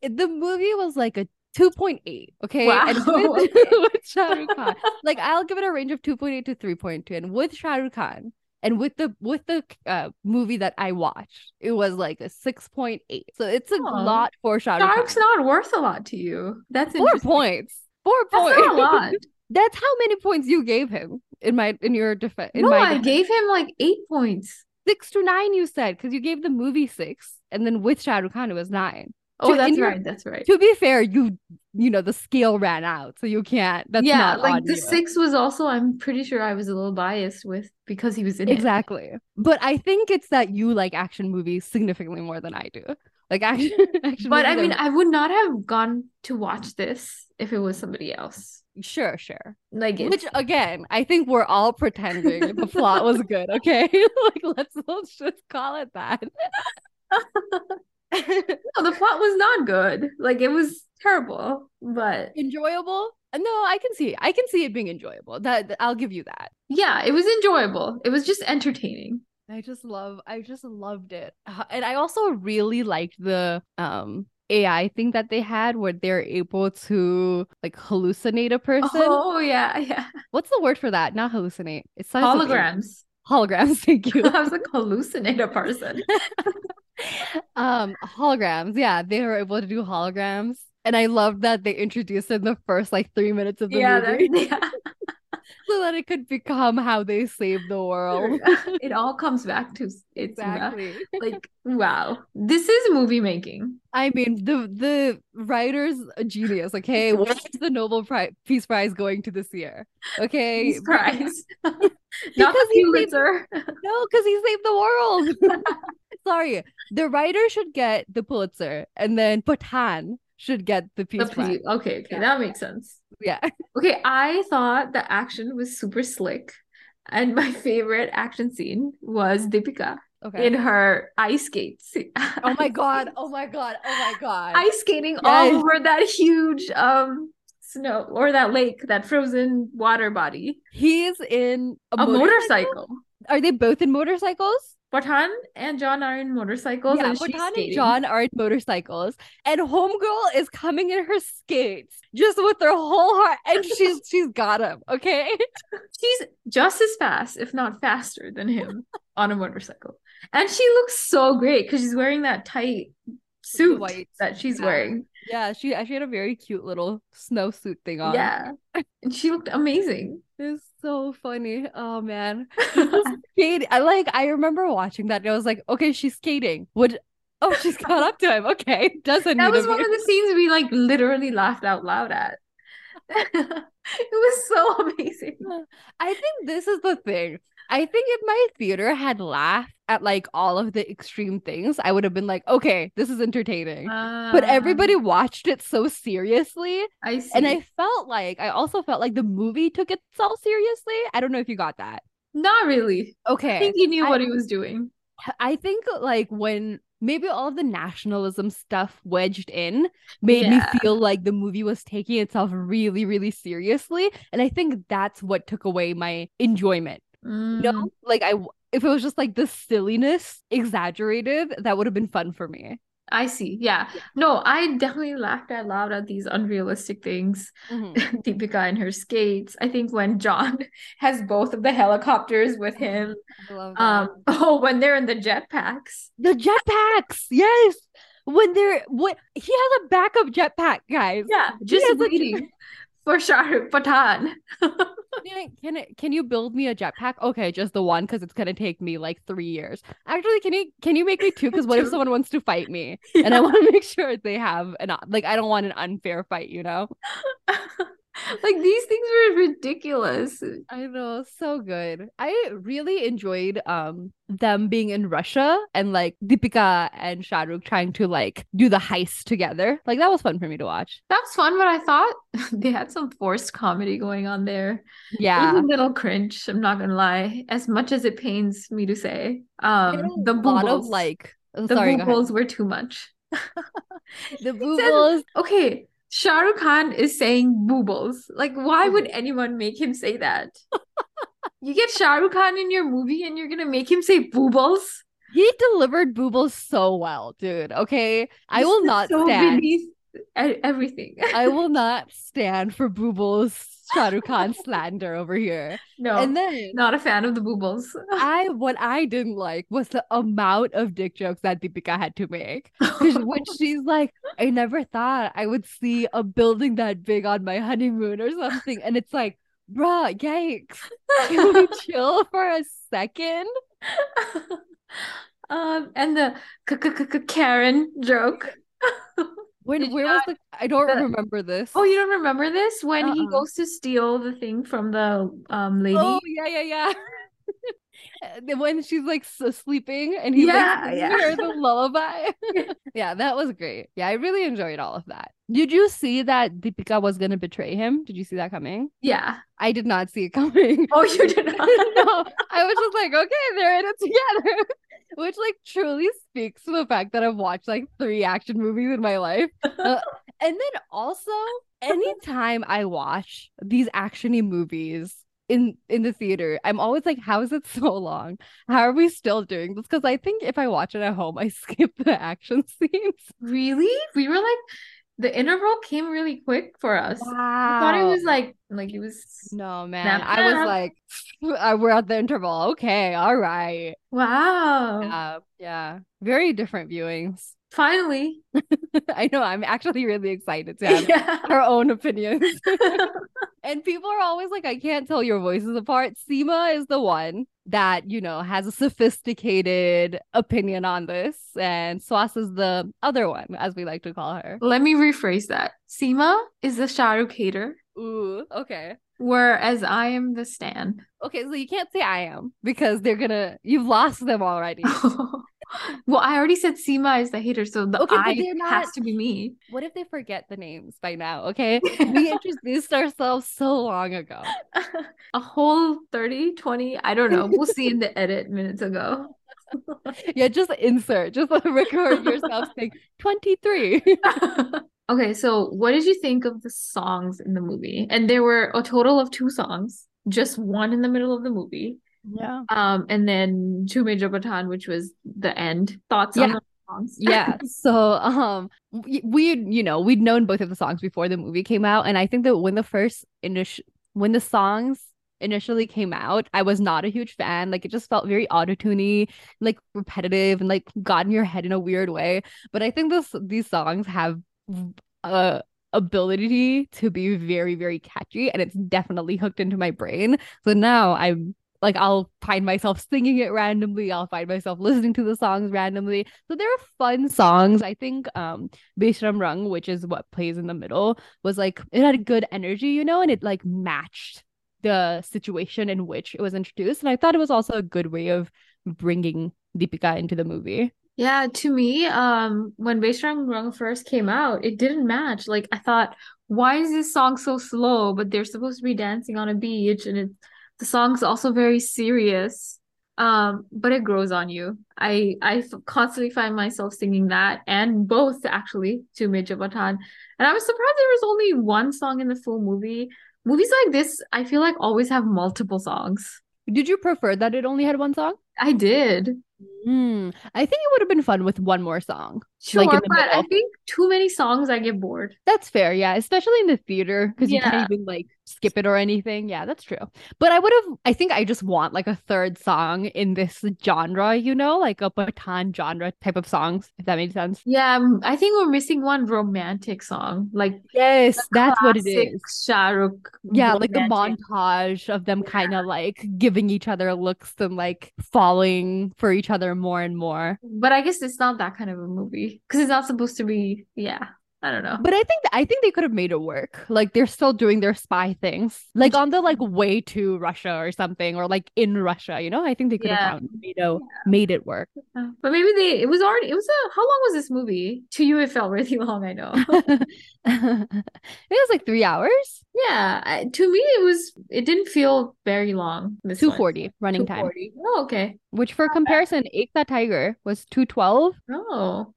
S2: It- the movie was like a 2.8, okay? And
S1: Wow,
S2: with,
S1: okay.
S2: with Shah Rukh Khan, like I'll give it a range of 2.8 to 3.2, and with Shah Rukh Khan, and with the with the uh, movie that I watched, it was like a 6.8. So it's a
S1: Aw.
S2: lot for Shah Rukh
S1: Shah
S2: Khan.
S1: Rukh's not worth a lot to you. That's
S2: Four
S1: interesting.
S2: points. Four
S1: That's
S2: points.
S1: not a lot.
S2: That's how many points you gave him in my in your defense.
S1: no, I gave him like eight points.
S2: six to nine you said because you gave the movie six and then with Shah Rukh Khan it was nine
S1: Oh,
S2: To- in
S1: that's
S2: your-
S1: right. That's right.
S2: to be fair you you know the scale ran out so you can't that's
S1: yeah,
S2: not
S1: like
S2: on
S1: the
S2: you.
S1: six was also, I'm pretty sure I was a little biased with because he was in it.
S2: exactly but I think it's that you like action movies significantly more than I do like action, action
S1: But I
S2: movies
S1: mean,
S2: are-
S1: I would not have gone to watch this if it was somebody else.
S2: sure sure
S1: Like, it's,
S2: which again I think we're all pretending the plot was good okay like let's let's just call it that
S1: no, the plot was not good. Like, it was terrible. But
S2: enjoyable no I can see I can see it being enjoyable that I'll give you that
S1: yeah, it was enjoyable. It was just entertaining.
S2: I just love I just loved it. Uh, And I also really liked the um AI thing that they had where they're able to like hallucinate a person.
S1: Oh, yeah, yeah.
S2: What's the word for that? Not hallucinate. It's such a-
S1: Holograms.
S2: Holograms, thank you.
S1: I was like, hallucinate a person.
S2: um holograms. Yeah, they were able to do holograms. And I loved that they introduced it in the first like three minutes of the
S1: yeah, that,
S2: movie
S1: yeah.
S2: so that it could become how they save the world.
S1: It all comes back to s- it's ma-
S2: Exactly.
S1: like, wow, this is movie making.
S2: I mean, the the writer's a genius. Okay, where's the Nobel Prize Peace Prize going to this year? Okay,
S1: These prize. Not
S2: Because
S1: the
S2: he made-
S1: Pulitzer.
S2: no, because he saved the world. Sorry, the writer should get the Pulitzer, and then Patan should get the
S1: The
S2: Peace Prize.
S1: P- Okay, okay,
S2: Yeah.
S1: that makes sense.
S2: Yeah,
S1: Okay, I thought the action was super slick. And my favorite action scene was Deepika
S2: okay.
S1: in her ice skates.
S2: oh my god! Oh my god! Oh my god!
S1: ice skating all
S2: Yes.
S1: over that huge um snow or that lake, that frozen water body.
S2: He's in a,
S1: A motorcycle.
S2: motorcycle? Are they both in motorcycles?
S1: Patan and John are in motorcycles
S2: Yeah,
S1: and she's
S2: Bhutan and
S1: skating.
S2: John are in motorcycles, and Homegirl is coming in her skates, just with her whole heart, and she's she's got him. Okay,
S1: She's just as fast, if not faster, than him on a motorcycle. And she looks so great because she's wearing that tight suit
S2: white,
S1: that she's
S2: yeah.
S1: wearing.
S2: yeah, she uh, she had a very cute little snowsuit thing on.
S1: Yeah. And she looked amazing.
S2: it's so funny. Oh man, skating. I like. I remember watching that, and I was like, okay, she's skating. Would oh, she's caught up to him. Okay, doesn't
S1: That
S2: need
S1: was
S2: to
S1: one
S2: be-
S1: of the scenes we like literally laughed out loud at. it was so amazing.
S2: I think this is the thing. I think if my theater had laughed at like all of the extreme things, I would have been like, okay, this is entertaining. but everybody watched it so seriously.
S1: Um, I see.
S2: And I felt like, I also felt like the movie took itself seriously. I don't know if you got that.
S1: not really. I
S2: Okay.
S1: think he knew
S2: I-
S1: what he was doing.
S2: I think like when maybe all of the nationalism stuff wedged in made
S1: Yeah.
S2: me feel like the movie was taking itself really, really seriously. And I think that's what took away my
S1: Mm.
S2: enjoyment. Mm-hmm. No, like I, w- if it was just like the silliness exaggerated, that would have been fun for me.
S1: I see. Yeah. No, I definitely laughed out loud at these unrealistic things.
S2: Mhm.
S1: Deepika and her skates. I think when John has both of the helicopters with him.
S2: I love that.
S1: Um, oh, when they're in the jetpacks.
S2: the jetpacks. Yes. When they're what he has a backup jetpack, guys.
S1: Yeah, just
S2: has a
S1: waiting for Shahrukh Patan.
S2: Can I- Can it, can you build me a jetpack? Okay, just the one because it's gonna take me like three years. Actually, can you can you make me two? Because what if
S1: Two.
S2: someone wants to fight me and I want to make sure they have an o- like I don't want an unfair fight, you know?
S1: like these things were ridiculous.
S2: I know, so good. I really enjoyed um them being in Russia and like Deepika and Shahrukh trying to like do the heist together. Like that was fun for me to watch.
S1: That was fun, but I thought they had some forced comedy going on there. It
S2: Yeah.
S1: was a little cringe, I'm not gonna lie. As much as it pains me to say,
S2: There
S1: um,
S2: were
S1: the
S2: a lot of
S1: boobles-
S2: like oh,
S1: the
S2: sorry, go ahead.
S1: boobles were too much.
S2: the
S1: says-
S2: boobles.
S1: Okay, Shah Rukh Khan is saying boobles. Like,
S2: Hmm.
S1: why would anyone make him say that? you get Shah Rukh Khan in your movie, and you're gonna make him say boobles.
S2: He delivered boobles so well, dude. Okay. I
S1: This
S2: will
S1: is
S2: not
S1: so
S2: stand.
S1: beneath e- everything.
S2: I will not stand for boobles Shah Rukh Khan slander over here.
S1: no,
S2: And then
S1: not a fan of the boobles.
S2: I what I didn't like was the amount of dick jokes that Deepika had to make. Because when she's like, I never thought I would see a building that big on my honeymoon or something. And it's like, bruh, yikes. Can we chill for a second?
S1: um, and the k- k- k- k- Karen joke.
S2: When
S1: Did
S2: where was
S1: not-
S2: the I don't
S1: the-
S2: remember this.
S1: Oh, you don't remember this? When he
S2: Uh-uh.
S1: goes to steal the thing from the um lady.
S2: Oh yeah, yeah, yeah. Uh, the- when she's like s- sleeping and he's
S1: Yeah,
S2: like
S1: yeah.
S2: singing her the lullaby. yeah, that was great. Yeah, I really enjoyed all of that. Did you see that Deepika was gonna betray him? Did you see that coming?
S1: Yeah.
S2: I did not see it coming.
S1: Oh, you did not.
S2: no, I was just like, okay, they're in it together. Which like truly speaks to the fact that I've watched like three action movies in my life. Uh, and then also, anytime I watch these actiony movies in in the theater, I'm always like, how is it so long? How are we still doing this? Because I think if I watch it at home, I skip the action scenes.
S1: Really? We were like, the interval came really quick for us. I thought it was like, like it was.
S2: no man. I
S1: nah.
S2: was like, "Uh, we're at the interval. Okay, all right.
S1: Wow.
S2: Yeah, Uh, yeah. Very different viewings.
S1: Finally.
S2: I know. I'm actually really excited to have
S1: Yeah.
S2: our own opinions. and people are always like, I can't tell your voices apart. Seema is the one that, you know, has a sophisticated opinion on this. And Swas is the other one, as we like to call her.
S1: Let me rephrase that. Seema is the Shah Rukh hater,
S2: Ooh, okay.
S1: whereas I am the stan.
S2: Okay, so you can't say I am because they're gonna you've lost them already.
S1: well, I already said Seema is the hater, so the
S2: Okay, but
S1: I
S2: they're not-
S1: has to be me.
S2: what if they forget the names by now? Okay. We introduced ourselves so long ago.
S1: A whole 30, 20, I don't know. We'll see in the edit minutes ago.
S2: Yeah, just insert, just record yourself saying 23.
S1: okay, so what did you think of the songs in the movie? And there were a total of two songs, just one in the middle of the movie,
S2: Yeah.
S1: um, and then Two Major Baton, which was the end. Thoughts on
S2: Yeah.
S1: the songs?
S2: Yeah. So, um, we, we'd, you know, we'd known both of the songs before the movie came out. And I think that when the first initial, when the songs initially came out, I was not a huge fan. Like it just felt very autotune like repetitive and like got in your head in a weird way. But I think this, these songs have a ability to be very, very catchy. And it's definitely hooked into my brain. So now I'm like I'll find myself singing it randomly. I'll find myself listening to the songs randomly. So there are fun songs. I think um Beshram Rung, which is what plays in the middle, was like it had a good energy, you know, and it like matched the situation in which it was introduced. And I thought it was also a good way of bringing Deepika into the movie.
S1: Yeah, to me, um, when Baishrang Rung first came out, it didn't match. Like I thought, why is this song so slow? But they're supposed to be dancing on a beach, and it the song's also very serious. Um, but it grows on you. I I f- constantly find myself singing that and both actually to Major Batan. And I was surprised there was only one song in the full movie. Movies like this, I feel like always have multiple songs.
S2: Did you prefer that it only had one song?
S1: I did.
S2: Mm, I think it would have been fun with one more song.
S1: Sure,
S2: in the
S1: but I
S2: middle.
S1: think too many songs I get bored.
S2: That's fair, yeah. Especially in the theater because you
S1: Yeah.
S2: can't even like skip it or anything. Yeah, that's true. But I would have. I think I just want like a third song in this genre. You know, like a Bhutan genre type of songs. If that makes sense.
S1: Yeah, um, I think we're missing one romantic song, like
S2: Yes, that's what it
S1: classic
S2: is.
S1: Shah Rukh
S2: Yeah, like a
S1: romantic.
S2: montage of them kind of like giving each other looks and like falling for each other more and more.
S1: But I guess it's not that kind of a movie because it's not supposed to be. Yeah, I don't know.
S2: But I think I think they could have made it work. Like they're still doing their spy things, like on the like way to Russia or something, or like in Russia. You know, I think they could
S1: Yeah.
S2: have found you know made it work.
S1: Uh, But maybe they. It was already. It was a. How long was this movie? To you, it felt really long. I know.
S2: it was like three hours,
S1: yeah, I, to me, it was. It didn't feel very long. This
S2: two
S1: one.
S2: forty running time.
S1: 240. Oh, okay.
S2: Which for comparison, Ekta Tiger was two twelve.
S1: Oh,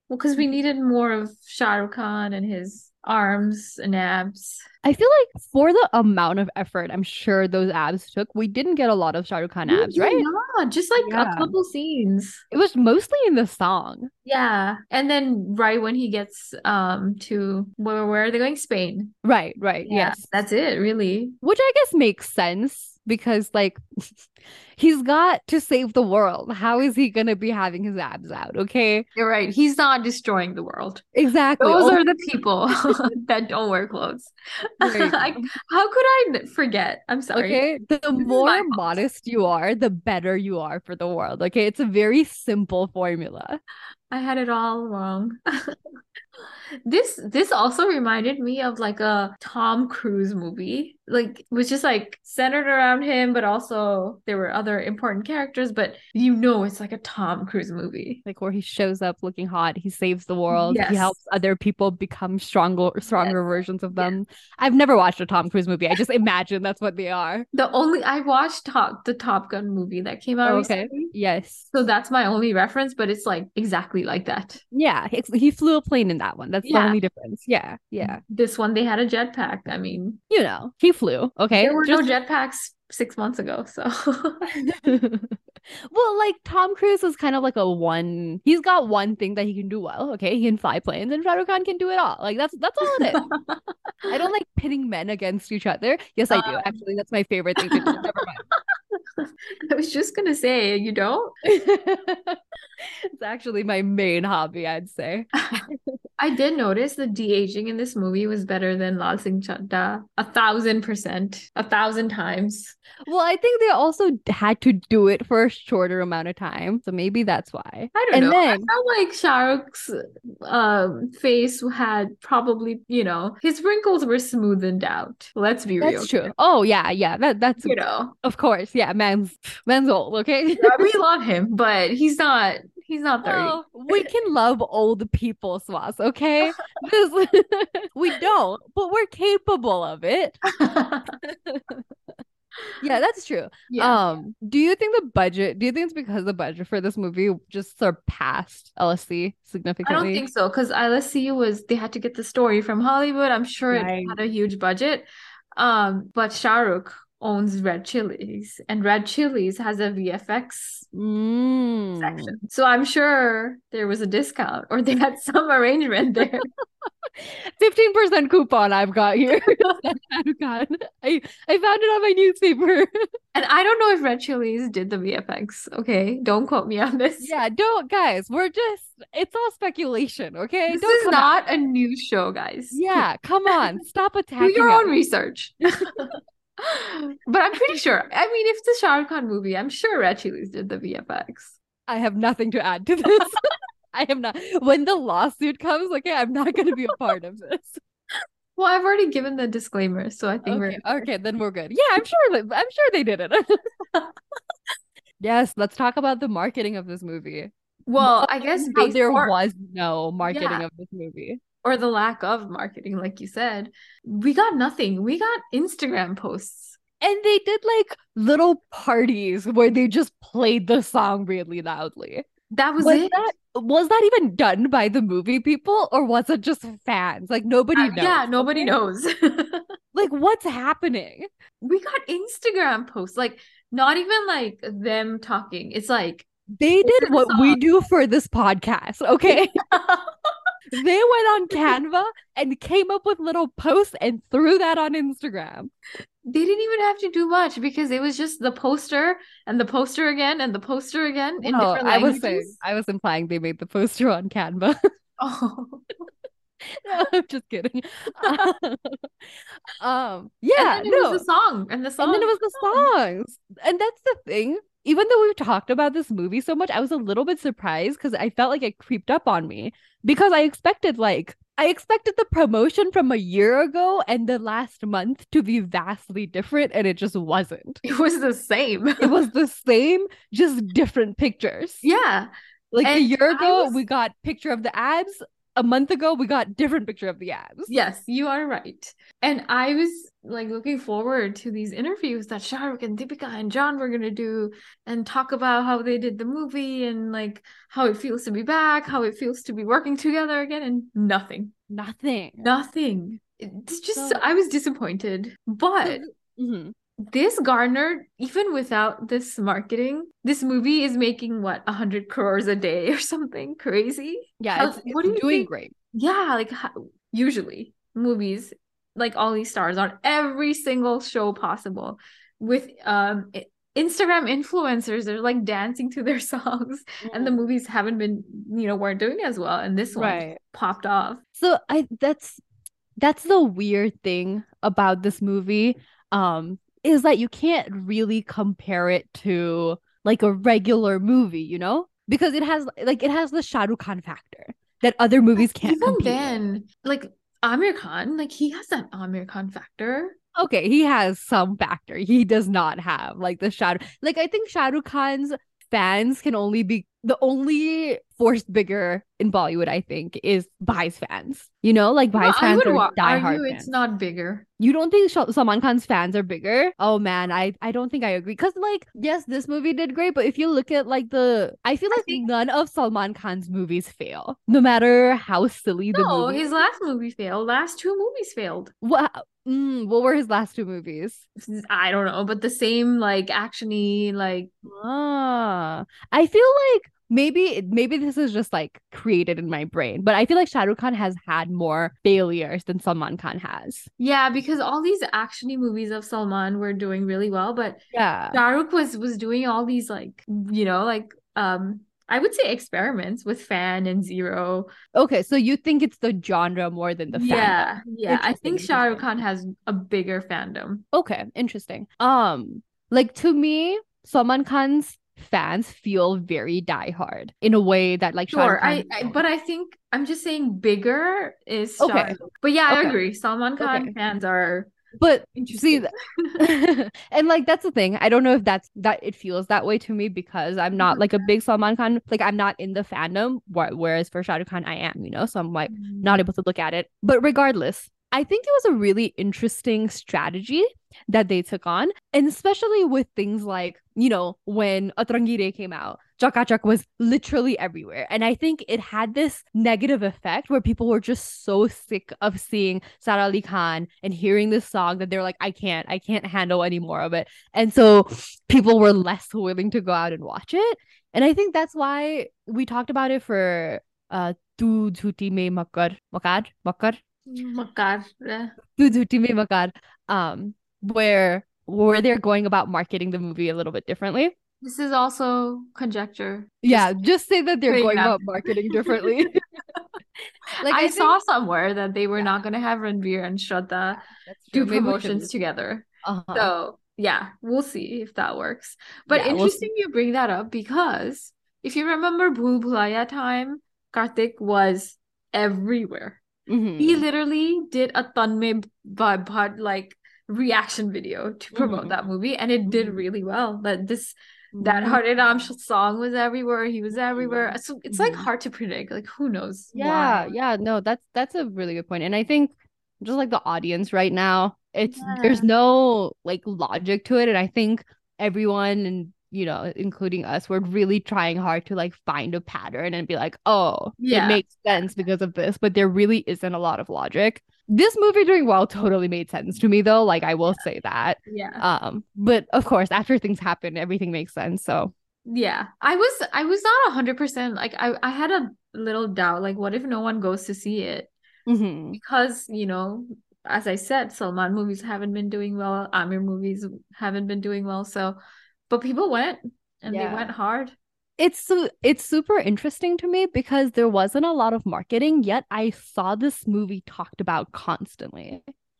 S1: well, because we needed more of Shah Rukh Khan and his arms and abs.
S2: I feel like for the amount of effort, I'm sure those abs took, we didn't get a lot of Shah Rukh Khan abs,
S1: We did
S2: right?
S1: not, just like
S2: Yeah.
S1: a couple scenes.
S2: It was mostly in the song.
S1: Yeah, and then right when he gets um to where where are they going? Spain.
S2: Right, right. yes,
S1: that's it, really.
S2: which I guess makes sense because like he's got to save the world. How is he gonna be having his abs out? Okay,
S1: You're right. He's not destroying the world.
S2: exactly.
S1: Those
S2: Oh,
S1: are the people that don't wear clothes.
S2: there you
S1: I,
S2: go.
S1: how could I n- forget? I'm sorry.
S2: okay,
S1: my
S2: the more
S1: fault.
S2: modest you are, the better you are for the world. Okay, it's a very simple formula.
S1: I had it all wrong. This this also reminded me of like a Tom Cruise movie. Like it was just like centered around him, but also there were other important characters, but you know it's like a Tom Cruise movie.
S2: Like where he shows up looking hot, he saves the world,
S1: Yes.
S2: he helps other people become stronger, stronger versions of them. I've never watched a Tom Cruise movie. I just imagine that's what they are.
S1: The only I watched Top the Top Gun movie that came out
S2: Oh, okay.
S1: recently.
S2: Yes.
S1: So that's my only reference, but it's like exactly like that.
S2: Yeah, it's, he flew a plane in that one. That's
S1: Yeah.
S2: the only difference. Yeah, yeah.
S1: This one they had a jetpack. I mean,
S2: You know, he flew. Okay.
S1: there were no
S2: Just-
S1: jetpacks six months ago, so
S2: well, like Tom Cruise is kind of like a one. He's got one thing that he can do well. Okay, he can fly planes, and Shah Rukh Khan can do it all. Like that's that's all it is. I don't like pitting men against each other. Yes, I do.
S1: Um.
S2: Actually, that's my favorite thing to do. Never mind.
S1: I was just gonna say, you don't?
S2: it's actually my main hobby, I'd say.
S1: I did notice the de-aging in this movie was better than Lal Singh Chaddha. A thousand percent. A thousand times.
S2: Well, I think they also had to do it for a shorter amount of time, so maybe that's why.
S1: I don't
S2: and
S1: know.
S2: Then,
S1: I felt like Shah Rukh's um, face had probably, you know, his wrinkles were smoothened out. Let's be real.
S2: That's true. Oh yeah, yeah. That that's
S1: You know,
S2: of course. Yeah, man's man's old. Okay.
S1: we love him, but he's not, he's not 30.
S2: Oh, we can love old people, Swas. Okay, this we don't, but we're capable of it. Yeah, that's true.
S1: yeah.
S2: Um, do you think the budget? Do you think it's because the budget for this movie just surpassed LSC
S1: I
S2: significantly?
S1: don't think so because LSCU was they had to get the story from Hollywood. I'm sure it
S2: Right.
S1: had a huge budget. Um, but Shah Rukh owns Red Chilies, and Red Chilies has a VFX
S2: Mm.
S1: section. So I'm sure there was a discount or they had some arrangement there.
S2: 15% coupon I've got here. I've got. I, I found it on my newspaper.
S1: And I don't know if Red Chilies did the VFX. Okay, don't quote me on this.
S2: Yeah, don't guys. We're just it's all speculation, okay?
S1: This
S2: don't
S1: is
S2: come at-
S1: not a news show, guys.
S2: Yeah, come on. Stop
S1: Do
S2: attacking
S1: your
S2: us.
S1: own research. But I'm pretty sure. I mean, if it's a Shah Rukh Khan movie, I'm sure Red Chilies did the VFX.
S2: I have nothing to add to this. I am not when the lawsuit comes, okay, I'm not gonna be a part of this.
S1: Well, I've already given the disclaimer, so I think
S2: Okay, okay, then we're good. Yeah, I'm sure that- I'm sure they did it. yes, let's talk about the marketing of this movie.
S1: we're well. I guess
S2: How
S1: based
S2: there
S1: or,
S2: was no marketing
S1: Yeah.
S2: of this movie.
S1: or the lack of marketing, like you said, we got nothing. We got Instagram posts.
S2: And they did like little parties where they just played the song really loudly.
S1: That was, it.
S2: that was that even done by the movie people or was it just fans? Like nobody
S1: Uh,
S2: knows.
S1: yeah, nobody
S2: okay?
S1: knows.
S2: Like what's happening?
S1: we got Instagram posts, like not even like them talking. It's uh, like
S2: They did
S1: did a
S2: what we
S1: song.
S2: do for this podcast, okay? they went on Canva and came up with little posts and threw that on Instagram.
S1: they didn't even have to do much because it was just the poster and the poster again and the poster again in
S2: Oh,
S1: different
S2: I was
S1: languages.
S2: saying, I was implying they made the poster on Canva.
S1: Oh,
S2: No, I'm just kidding. um, yeah,
S1: and then it
S2: no.
S1: was the song and the song.
S2: and then it was the songs. And that's the thing. Even though we've talked about this movie so much, I was a little bit surprised because I felt like it creeped up on me because I expected like I expected the promotion from a year ago and the last month to be vastly different, and it just wasn't.
S1: it was the same.
S2: It was the same, just different pictures.
S1: yeah,
S2: Like a
S1: and
S2: year
S1: I
S2: ago,
S1: was-
S2: we got picture of the abs. A month ago, we got different picture of the abs.
S1: yes, you are right. And I was like looking forward to these interviews that Shahrukh and Deepika and John were gonna do and talk about how they did the movie and like how it feels to be back, how it feels to be working together again, and nothing,
S2: Nothing.
S1: nothing. It's just
S2: So-
S1: I was disappointed, but.
S2: Mhm.
S1: this garnered even without this marketing this movie is making what 100 crores a day or something crazy
S2: Yeah,
S1: How-
S2: it's,
S1: what
S2: it's
S1: do you
S2: doing
S1: think-
S2: great.
S1: yeah like ho- usually movies like all these stars on every single show possible with um i- instagram influencers they're like dancing to their songs and the movies haven't been you know weren't doing as well and this one
S2: Mm-hmm. Right.
S1: popped off
S2: So I that's that's the weird thing about this movie um is that you can't really compare it to like a regular movie, you know? Because it has like it has the Shah Rukh Khan factor that other movies can't
S1: even
S2: compete with.
S1: then like amir khan like he has that amir khan factor
S2: Okay, he has some factor. He does not have like the Shah like I think Shah Rukh Khan's fans can only be the only force bigger in Bollywood, I think, is Bhai's fans. You know, like
S1: Well,
S2: Bhai's
S1: I
S2: fans
S1: would
S2: are
S1: wa-
S2: diehard
S1: argue
S2: fans.
S1: it's not bigger.
S2: You don't think Sha- Salman Khan's fans are bigger? Oh man, I I don't think I agree. Cause like, yes, this movie did great, but if you look at like the, I feel
S1: I
S2: like
S1: think-
S2: none of Salman Khan's movies fail, no matter how silly the
S1: No,
S2: movie.
S1: his last movie failed. Last two movies failed.
S2: What mm, what were his last two movies?
S1: I don't know, but the same like actiony like
S2: Ah, I feel like maybe maybe this is just like created in my brain, but I feel like Shah Rukh Khan has had more failures than Salman Khan has.
S1: yeah, because all these actiony movies of Salman were doing really well, but
S2: Yeah.
S1: Shahrukh was was doing all these like you know like um I would say experiments with Fan and Zero.
S2: Okay, so you think it's the genre more than the fandom.
S1: yeah, yeah. I
S2: Interesting,
S1: think Shah Rukh
S2: interesting.
S1: Khan has a bigger fandom.
S2: Okay, interesting. Um, like to me, Salman Khan's fans feel very diehard in a way that like Shah Rukh
S1: Sure, I,
S2: Khan's
S1: I
S2: don't.
S1: but I think I'm just saying bigger is Shah
S2: Okay.
S1: Rukh. But yeah, I
S2: Okay.
S1: agree. Salman Khan
S2: Okay.
S1: fans are
S2: but see
S1: interesting.
S2: th- and like that's the thing. I don't know if that's that it feels that way to me because I'm not
S1: Mm-hmm.
S2: like a big Salman Khan like I'm not in the fandom. Wh- whereas for Shah Rukh Khan I am, you know. So I'm like
S1: Mm-hmm.
S2: not able to look at it. But regardless, I think it was a really interesting strategy that they took on, and especially with things like, you know, when Atrangire came out, Chakachak was literally everywhere. And I think it had this negative effect where people were just so sick of seeing Sara Ali Khan and hearing this song that they're like, I can't, I can't handle any more of it. And so people were less willing to go out and watch it. And I think that's why we talked about it for uh Tu Jhuti Mein Makar Makar Makar
S1: Makar. eh.
S2: Tu Jhuti Mein Makar um where where they're going about marketing the movie a little bit differently.
S1: This is also conjecture. Just-
S2: Yeah, just say that they're
S1: putting
S2: going
S1: it out
S2: about marketing differently. like
S1: I,
S2: I,
S1: saw somewhere that they were
S2: Yeah.
S1: not going to have Ranveer and Shraddha do
S2: think
S1: promotions together.
S2: Uh-huh.
S1: So, yeah, we'll see if that works. But
S2: Yeah, we'll see.
S1: interesting you bring that up because if you remember Bhul Bhulaiya time, Karthik was everywhere. He
S2: Mhm.
S1: literally did a Tanmay Bha- Bhatt like reaction video to promote
S2: Mhm.
S1: that movie, and it did
S2: Mhm.
S1: really well. That this that
S2: Mm-hmm.
S1: Hare Ram sh- song was everywhere. He was everywhere. So it's like
S2: Mhm.
S1: hard to predict. Like who knows?
S2: Yeah,
S1: why.
S2: yeah, no, that's that's a really good point. And I think just like the audience right now, it's there's
S1: Yeah.
S2: no like logic to it. And I think everyone and you know, including us, we're really trying hard to like find a pattern and be like, oh, it
S1: Yeah.
S2: makes sense because of this, but there really isn't a lot of logic. This movie doing well totally made sense to me though. Like I will say that.
S1: Yeah.
S2: Um, but of course, after things happen, everything makes sense. So
S1: yeah i was i was not 100% like i i had a little doubt like what if no one goes to see it
S2: Mm-hmm.
S1: because you know as i said salman movies haven't been doing well amir movies haven't been doing well so but people went and
S2: Yeah.
S1: they went hard
S2: It's su- it's super interesting to me because there wasn't a lot of marketing yet. I saw this movie talked about constantly.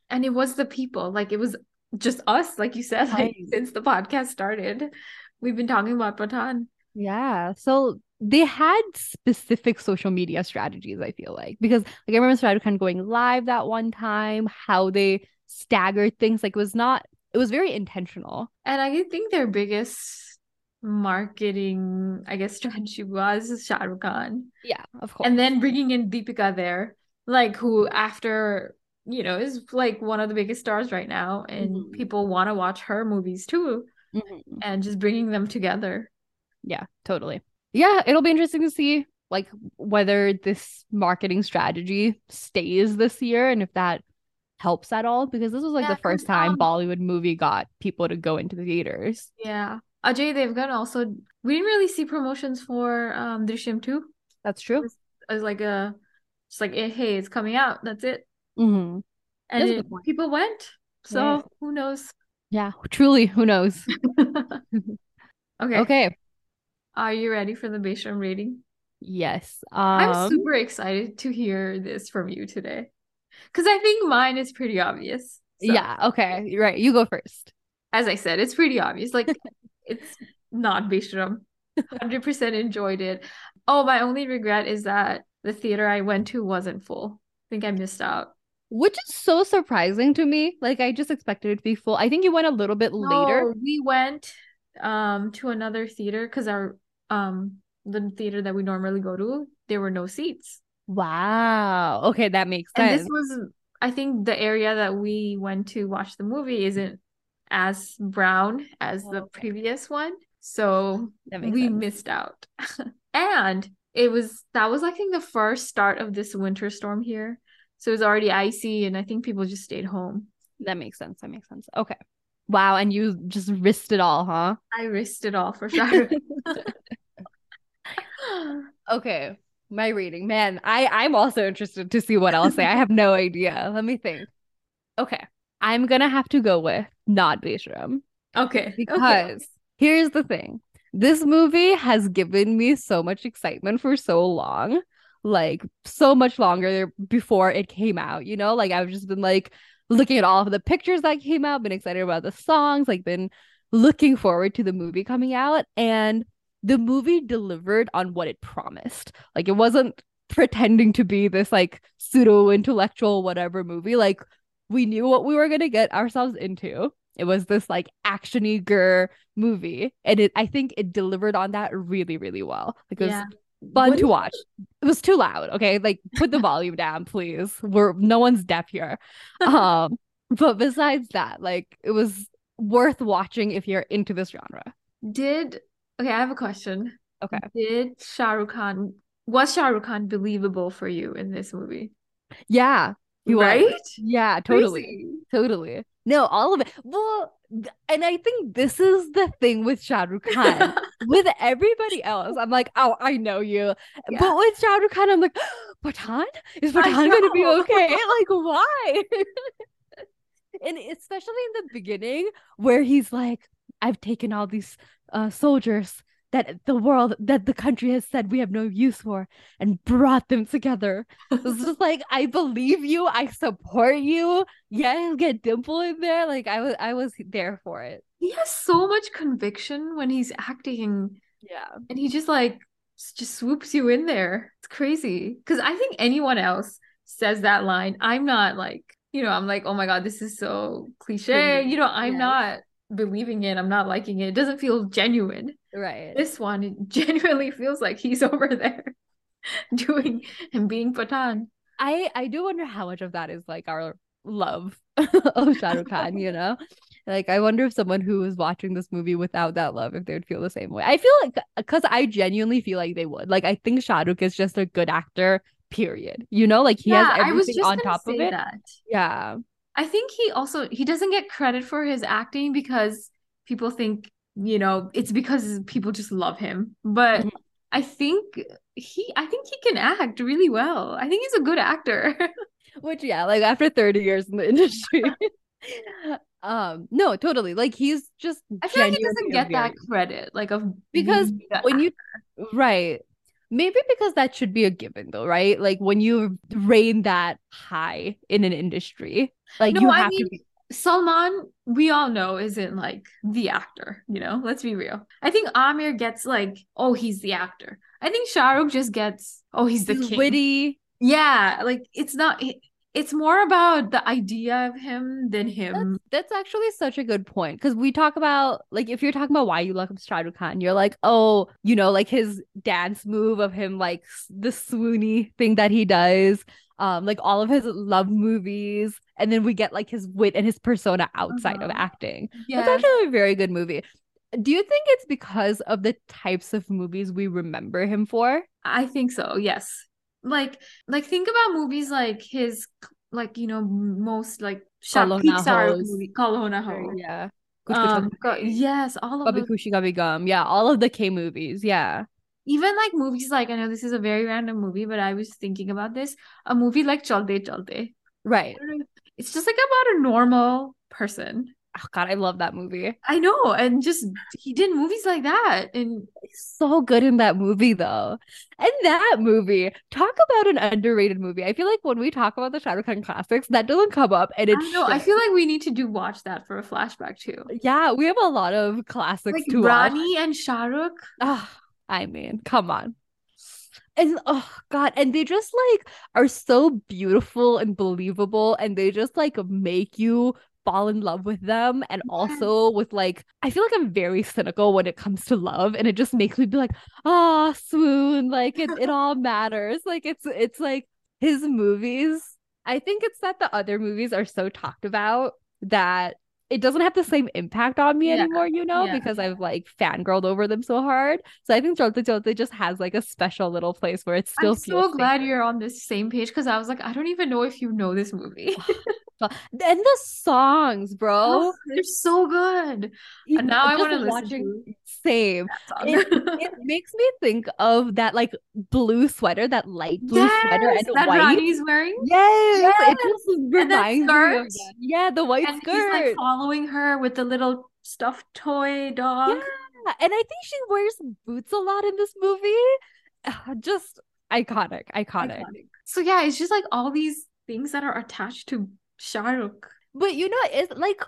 S1: and it was the people like it was just us like you said like,
S2: Right.
S1: since the podcast started we've been talking about patan
S2: Yeah. So they had specific social media strategies, I feel like, because like I remember StratoCon going live that one time, how they staggered things. Like it was not, it was very intentional.
S1: and i think their biggest marketing i guess strategy was shah rukh khan
S2: Yeah, of course.
S1: and then bringing in Deepika there, like who after you know is like one of the biggest stars right now, and
S2: Mhm.
S1: people want to watch her movies too,
S2: Mhm.
S1: and just bringing them together.
S2: Yeah, totally. Yeah, it'll be interesting to see like whether this marketing strategy stays this year and if that helps at all because this was like
S1: Yeah,
S2: the first
S1: 'cause,
S2: time
S1: um,
S2: Bollywood movie got people to go into the theaters.
S1: Yeah, Ajay Devgan also. We didn't really see promotions for um Drishyam two.
S2: That's true.
S1: It was like a just like eh, hey, it's coming out. That's it,
S2: Mm-hmm.
S1: and
S2: That's a
S1: it-
S2: good point.
S1: people went. So
S2: Yeah.
S1: who knows?
S2: Yeah, truly, who knows?
S1: okay.
S2: Okay.
S1: Are you ready for the Beshram rating?
S2: Yes.
S1: I'm
S2: Um,
S1: super excited to hear this from you today. Because I think mine is pretty obvious. So,
S2: yeah, okay. you're Right. You go first.
S1: As I said, it's pretty obvious. Like, it's not Bishram. 100% enjoyed it. Oh, my only regret is that the theater I went to wasn't full. I think I missed out.
S2: Which is so surprising to me. Like I just expected it to be full. I think you went a little bit later.
S1: No, we went um to another theater because our um the theater that we normally go to, there were no seats.
S2: Wow. Okay, that makes
S1: And
S2: sense.
S1: this was, I think, the area that we went to watch the movie isn't as brown as the
S2: Oh, Okay.
S1: previous one. So
S2: That makes
S1: we
S2: sense.
S1: missed out. and it was, that was, I think, the first start of this winter storm here. So it was already icy, and I think people just stayed home.
S2: That makes sense. That makes sense. Okay. Wow. And you just risked it all, huh?
S1: I risked it all for sure.
S2: Okay. My reading. Man, I, I'm also interested to see what I'll say. I have no idea. Let me think. Okay. I'm gonna have to go with not Bishram.
S1: okay. Okay.
S2: Because here's the thing this movie has given me so much excitement for so long, like so much longer before it came out, you know? Like, I've just been like looking at all of the pictures that came out, been excited about the songs, like, been looking forward to the movie coming out. And the movie delivered on what it promised. Like, it wasn't pretending to be this like pseudo intellectual whatever movie. Like, we knew what we were going to get ourselves into. It was this like action eager movie. And it I think it delivered on that really, really well. Like it was
S1: Yeah.
S2: fun
S1: What
S2: to
S1: is-
S2: watch. It was too loud. Okay. Like put the volume down, please. We're no one's deaf here. Um, but besides that, like it was worth watching if you're into this genre.
S1: Did, okay, I have a question.
S2: Okay.
S1: Did Shah Rukh Khan, was Shah Rukh Khan believable for you in this movie?
S2: Yeah. he was.
S1: right?
S2: Yeah, totally. Totally. No, all of it. Well, th- and I think this is the thing with Shah Rukh Khan. with everybody else, I'm like, oh, I know you.
S1: Yeah.
S2: But with Shah Rukh Khan, I'm like, Patan? Is
S1: I
S2: Patan going to be
S1: know.
S2: okay? Like, why? and especially in the beginning, where he's like, I've taken all these uh, soldiers that the world, that the country has said we have no use for, and brought them together. It's just like, I believe you. I support you. Yeah, get Dimple in there. Like, I was, I was there for it.
S1: He has so much conviction when he's acting,
S2: Yeah.
S1: and he just like s- just swoops you in there. It's crazy because I think anyone else says that line. I'm not like you know. I'm like, oh my god, this is so cliche.
S2: Cringy.
S1: You know, I'm
S2: Yes.
S1: not believing it. I'm not liking it. It doesn't feel genuine.
S2: Right.
S1: This one it genuinely feels like he's over there doing and being Patan.
S2: I I do wonder how much of that is like our love of Shah Rukh Khan, you know? Like I wonder if someone who was watching this movie without that love, if they would feel the same way. I feel like because I genuinely feel like they would. Like I think Shah Rukh is just a good actor, period. You know, like he has
S1: I was
S2: everything
S1: just
S2: on
S1: gonna
S2: top of
S1: say
S2: it.
S1: that.
S2: Yeah.
S1: I think he also he doesn't get credit for his acting because people think you know, it's because people just love him. But
S2: Mhm.
S1: I think he I think he can act really well. I think he's a good actor.
S2: Which yeah, like after 30 years in the industry. um no, totally. Like he's just
S1: I feel like he
S2: genuinely
S1: doesn't
S2: a
S1: get that
S2: very-
S1: credit like of
S2: Because
S1: being the
S2: when you right. Maybe because that should be a given though, right? Like when you reign that high in an industry, like
S1: No,
S2: you
S1: I
S2: have
S1: mean-
S2: to be
S1: Salman, we all know, isn't like the actor, you know? Let's be real. I think Amir gets like, oh, he's the actor. I think Shahrukh just gets, oh, he's the
S2: he's
S1: king.
S2: witty.
S1: Yeah, like it's not, it- it's more about the idea of him than him.
S2: That's actually such a good point because we talk about like if you're talking about why you love Shahrukh Khan, you're like, oh, you know, like his dance move of him, like s- the swoony thing that he does, um, like all of his love movies, and then we get like his wit and his persona outside of
S1: Uh-huh.
S2: acting.
S1: Yeah.
S2: That's actually a very good movie. Do you think it's because of the types of movies we remember him for?
S1: I think so. Yes. Like like think about movies like his like you know most like Shah-
S2: Kalo
S1: peak
S2: Na
S1: Shahrukh
S2: Ho's.
S1: movie Kalo Na Ho.
S2: Yeah. Kuch Kuch
S1: Uh-huh. Um,
S2: Hotel
S1: go-
S2: California.
S1: yes, all of
S2: Gubby
S1: those.
S2: Kushi Gubby Gum. Yeah, all of the K movies. Yeah.
S1: Even like movies like I know this is a very random movie, but I was thinking about this. A movie like Chalde Chalde.
S2: Right.
S1: It's just like about a normal person.
S2: Oh, God, I love that movie.
S1: I know, and just he did movies like that, and
S2: so good in that movie though. And that movie, talk about an underrated movie. I feel like when we talk about the Shahrukh Khan classics, that doesn't come up and
S1: I
S2: it's
S1: don't know. I feel like we need to do watch that for a flashback too.
S2: yeah, we have a lot of classics
S1: Like
S2: to watch.
S1: Rani and Shahrukh.
S2: Ah, I mean, come on. And oh god, and they just like are so beautiful and believable and they just like make you fall in love with them and also with like I feel like I'm very cynical when it comes to love and it just makes me be like, ah, swoon, like it it all matters. Like it's it's like his movies. I think it's that the other movies are so talked about that it doesn't have the same impact on me
S1: Yeah.
S2: anymore, you know,
S1: Yeah.
S2: because I've like fangirled over them so hard. So I think Cholte Cholte just has like a special little place where it still
S1: I'm
S2: feels
S1: so glad
S2: sacred.
S1: you're on this same page because I was like, I don't even know if you know this movie.
S2: But- and the songs, bro.
S1: They're so good.
S2: Even
S1: Oh, And now I
S2: just
S1: want to listen
S2: watching
S1: to
S2: same.
S1: that song.
S2: It makes me think of that like blue sweater, that light blue sweater
S1: Yes,
S2: and the
S1: that
S2: white.
S1: Ronnie's wearing.
S2: Yes, it just
S1: that
S2: reminds me of
S1: skirt.
S2: that. Yeah, the white
S1: And
S2: skirt.
S1: he's like following her with the little stuffed toy dog.
S2: Yeah, and I think she wears boots a lot in this movie. Just iconic, iconic.
S1: Iconic. So yeah, it's just like all these things that are attached to Shahrukh.
S2: But you know, it's like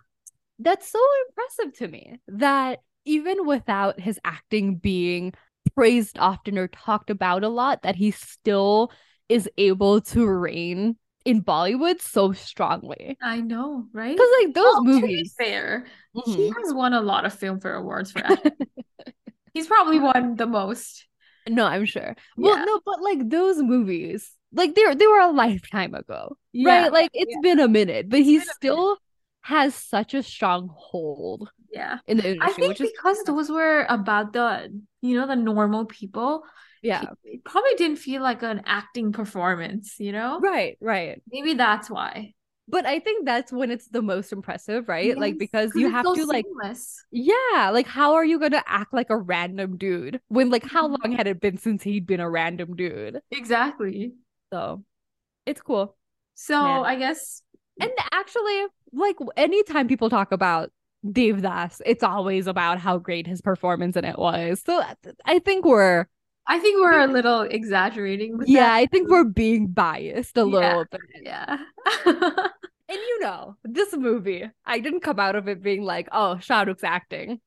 S2: that's so impressive to me that even without his acting being praised often or talked about a lot, that he still is able to reign in Bollywood so strongly.
S1: I know, right?
S2: Because like those
S1: Well, to be
S2: movies,
S1: fair,
S2: Mhm.
S1: he has won a lot of Filmfare awards for acting. He's probably won the most.
S2: No, I'm sure. Well,
S1: Yeah.
S2: no, but like those movies, like they were- they were a lifetime ago,
S1: Yeah.
S2: right? Like it's
S1: yeah.
S2: been a minute, but
S1: been
S2: he
S1: a minute.
S2: still has such a strong hold
S1: Yeah.
S2: in the
S1: I
S2: industry,
S1: think
S2: which is
S1: because those were about the, you know, the normal people,
S2: yeah,
S1: it probably didn't feel like an acting performance, you know?
S2: right, right.
S1: Maybe that's why.
S2: But I think that's when it's the most impressive, right? Like
S1: Yes,
S2: because you
S1: it's
S2: have
S1: so
S2: to like
S1: seamless.
S2: yeah, like how are you going to act like a random dude when like how
S1: Mhm.
S2: long had it been since he'd been a random dude?
S1: Exactly.
S2: So, it's cool.
S1: So
S2: Yeah.
S1: I guess
S2: And actually, like w- anytime people talk about Dave Das, it's always about how great his performance in it was. So I th- I think we're
S1: I think we're a little exaggerating with
S2: yeah,
S1: that.
S2: I think we're being biased a
S1: Yeah.
S2: little bit.
S1: Yeah.
S2: And you know, this movie, I didn't come out of it being like, oh, Shahrukh's acting.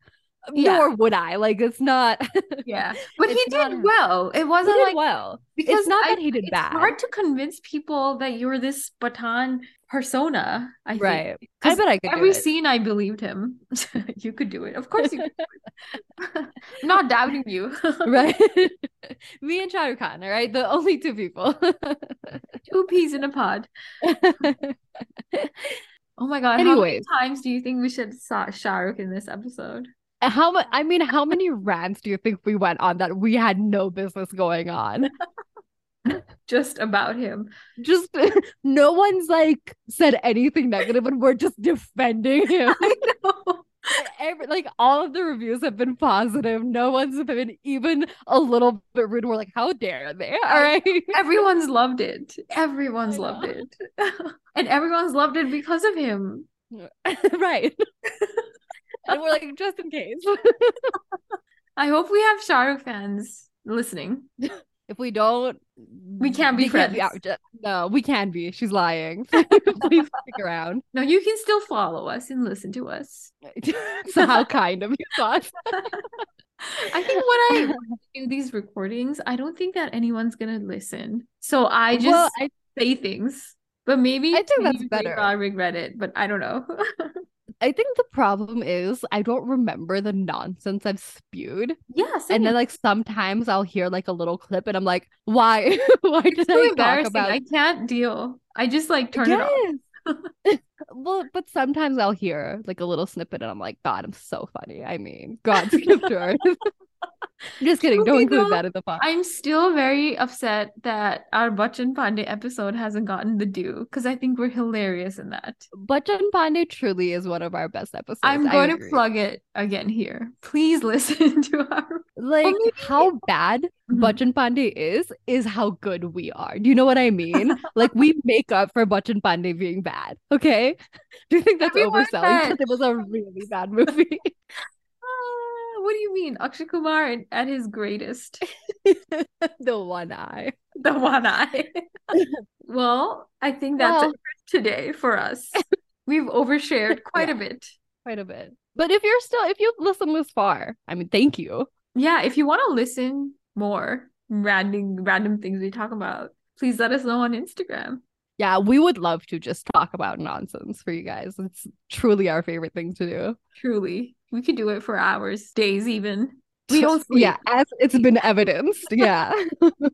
S1: Yeah.
S2: Nor would I. Like it's not
S1: yeah. But he
S2: It's not
S1: did
S2: a-
S1: well. It
S2: he
S1: wasn't
S2: did
S1: like
S2: well.
S1: because
S2: not
S1: I-
S2: that he did
S1: it's
S2: bad.
S1: hard to convince people that you're this Batan persona, I think.
S2: Right. I
S1: 'Cause
S2: bet I could do
S1: Every
S2: it.
S1: scene I believed him. you could do it. Of course you could. I'm not doubting you.
S2: Right. Me and Shahrukh Khan, all right? The only two people.
S1: Two peas in a pod. Oh my god.
S2: Anyways.
S1: How many times do you think we should saw Shahrukh in this episode?
S2: How much? I mean, how many rants do you think we went on that we had no business going on?
S1: Just about him.
S2: Just no one's like said anything negative, and we're just defending him. Every, like all of the reviews have been positive. No one's been even a little bit rude. We're like, how dare they? All right.
S1: Everyone's loved it. Everyone's
S2: I
S1: loved
S2: know.
S1: it. and everyone's loved it because of him.
S2: right. and we're like, just in case.
S1: I hope we have Shah Rukh fans listening.
S2: If we don't,
S1: We can't be friends.
S2: out- ju- no, we can be. She's lying. Please stick around.
S1: No, you can still follow us and listen to us.
S2: so how kind of you, thought.
S1: I think when I do these recordings, I don't think that anyone's gonna listen. So I just
S2: well, I,
S1: say things. But maybe
S2: I think that's
S1: maybe
S2: better.
S1: I regret it, but I don't know.
S2: I think the problem is I don't remember the nonsense I've spewed.
S1: yeah, same.
S2: And then like sometimes I'll hear like a little clip and I'm like, why? why
S1: it's
S2: did
S1: so
S2: I talk
S1: embarrassing.
S2: about
S1: I can't deal. I just like turn it off.
S2: Yes. well, but sometimes I'll hear like a little snippet and I'm like, God, I'm so funny. I mean, God skipped earth. Just kidding. Don't
S1: Okay,
S2: include
S1: though,
S2: that in the podcast.
S1: I'm still very upset that our Bachchan Pandey episode hasn't gotten the due because I think we're hilarious in that.
S2: Bachchan Pandey truly is one of our best episodes.
S1: I'm
S2: I
S1: going to
S2: agree.
S1: plug it again here. Please listen to our.
S2: like
S1: maybe-
S2: how bad
S1: Mhm.
S2: Bachchan Pandey is, is how good we are. Do you know what I mean? like we make up for Bachchan Pandey being bad. Okay. Do you think that's
S1: Everyone
S2: overselling?
S1: said-
S2: Because it was a really bad movie.
S1: Ah, what do you mean? Akshay Kumar at- at his greatest.
S2: the one eye.
S1: the one eye. well, I think that's
S2: Well.
S1: it for today for us. We've overshared quite a bit.
S2: quite a bit. But if you're still, if you've listened this far, I mean, thank you.
S1: Yeah, if you want to listen more random random things we talk about, please let us know on Instagram.
S2: Yeah, we would love to just talk about nonsense for you guys. It's truly our favorite thing to do.
S1: Truly, we could do it for hours, days, even. We don't sleep.
S2: Yeah, as it's been evidenced. Yeah.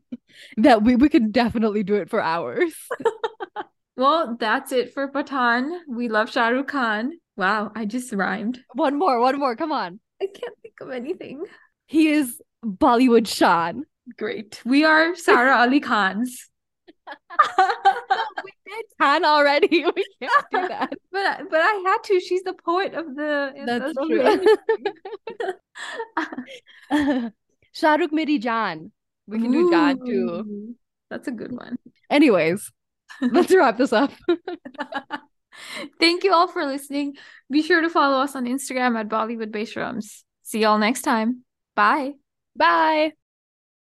S2: that we, we could definitely do it for hours.
S1: Well, that's it for Patan. We love Shah Rukh Khan. Wow, I just rhymed.
S2: One more, one more. Come on.
S1: I can't think of anything.
S2: He is Bollywood Sean.
S1: Great. We are Sarah Ali Khan's. but
S2: we did Khan already. We can't do that.
S1: I- but I had to. She's the poet of the.
S2: That's
S1: of the
S2: true. Shah Rukh Meri Jan. We can do Jan too.
S1: Ooh, That's a good one.
S2: Anyways, let's wrap this up.
S1: Thank you all for listening. Be sure to follow us on Instagram at Bollywood Bass Drums. See y'all next time. Bye.
S2: Bye.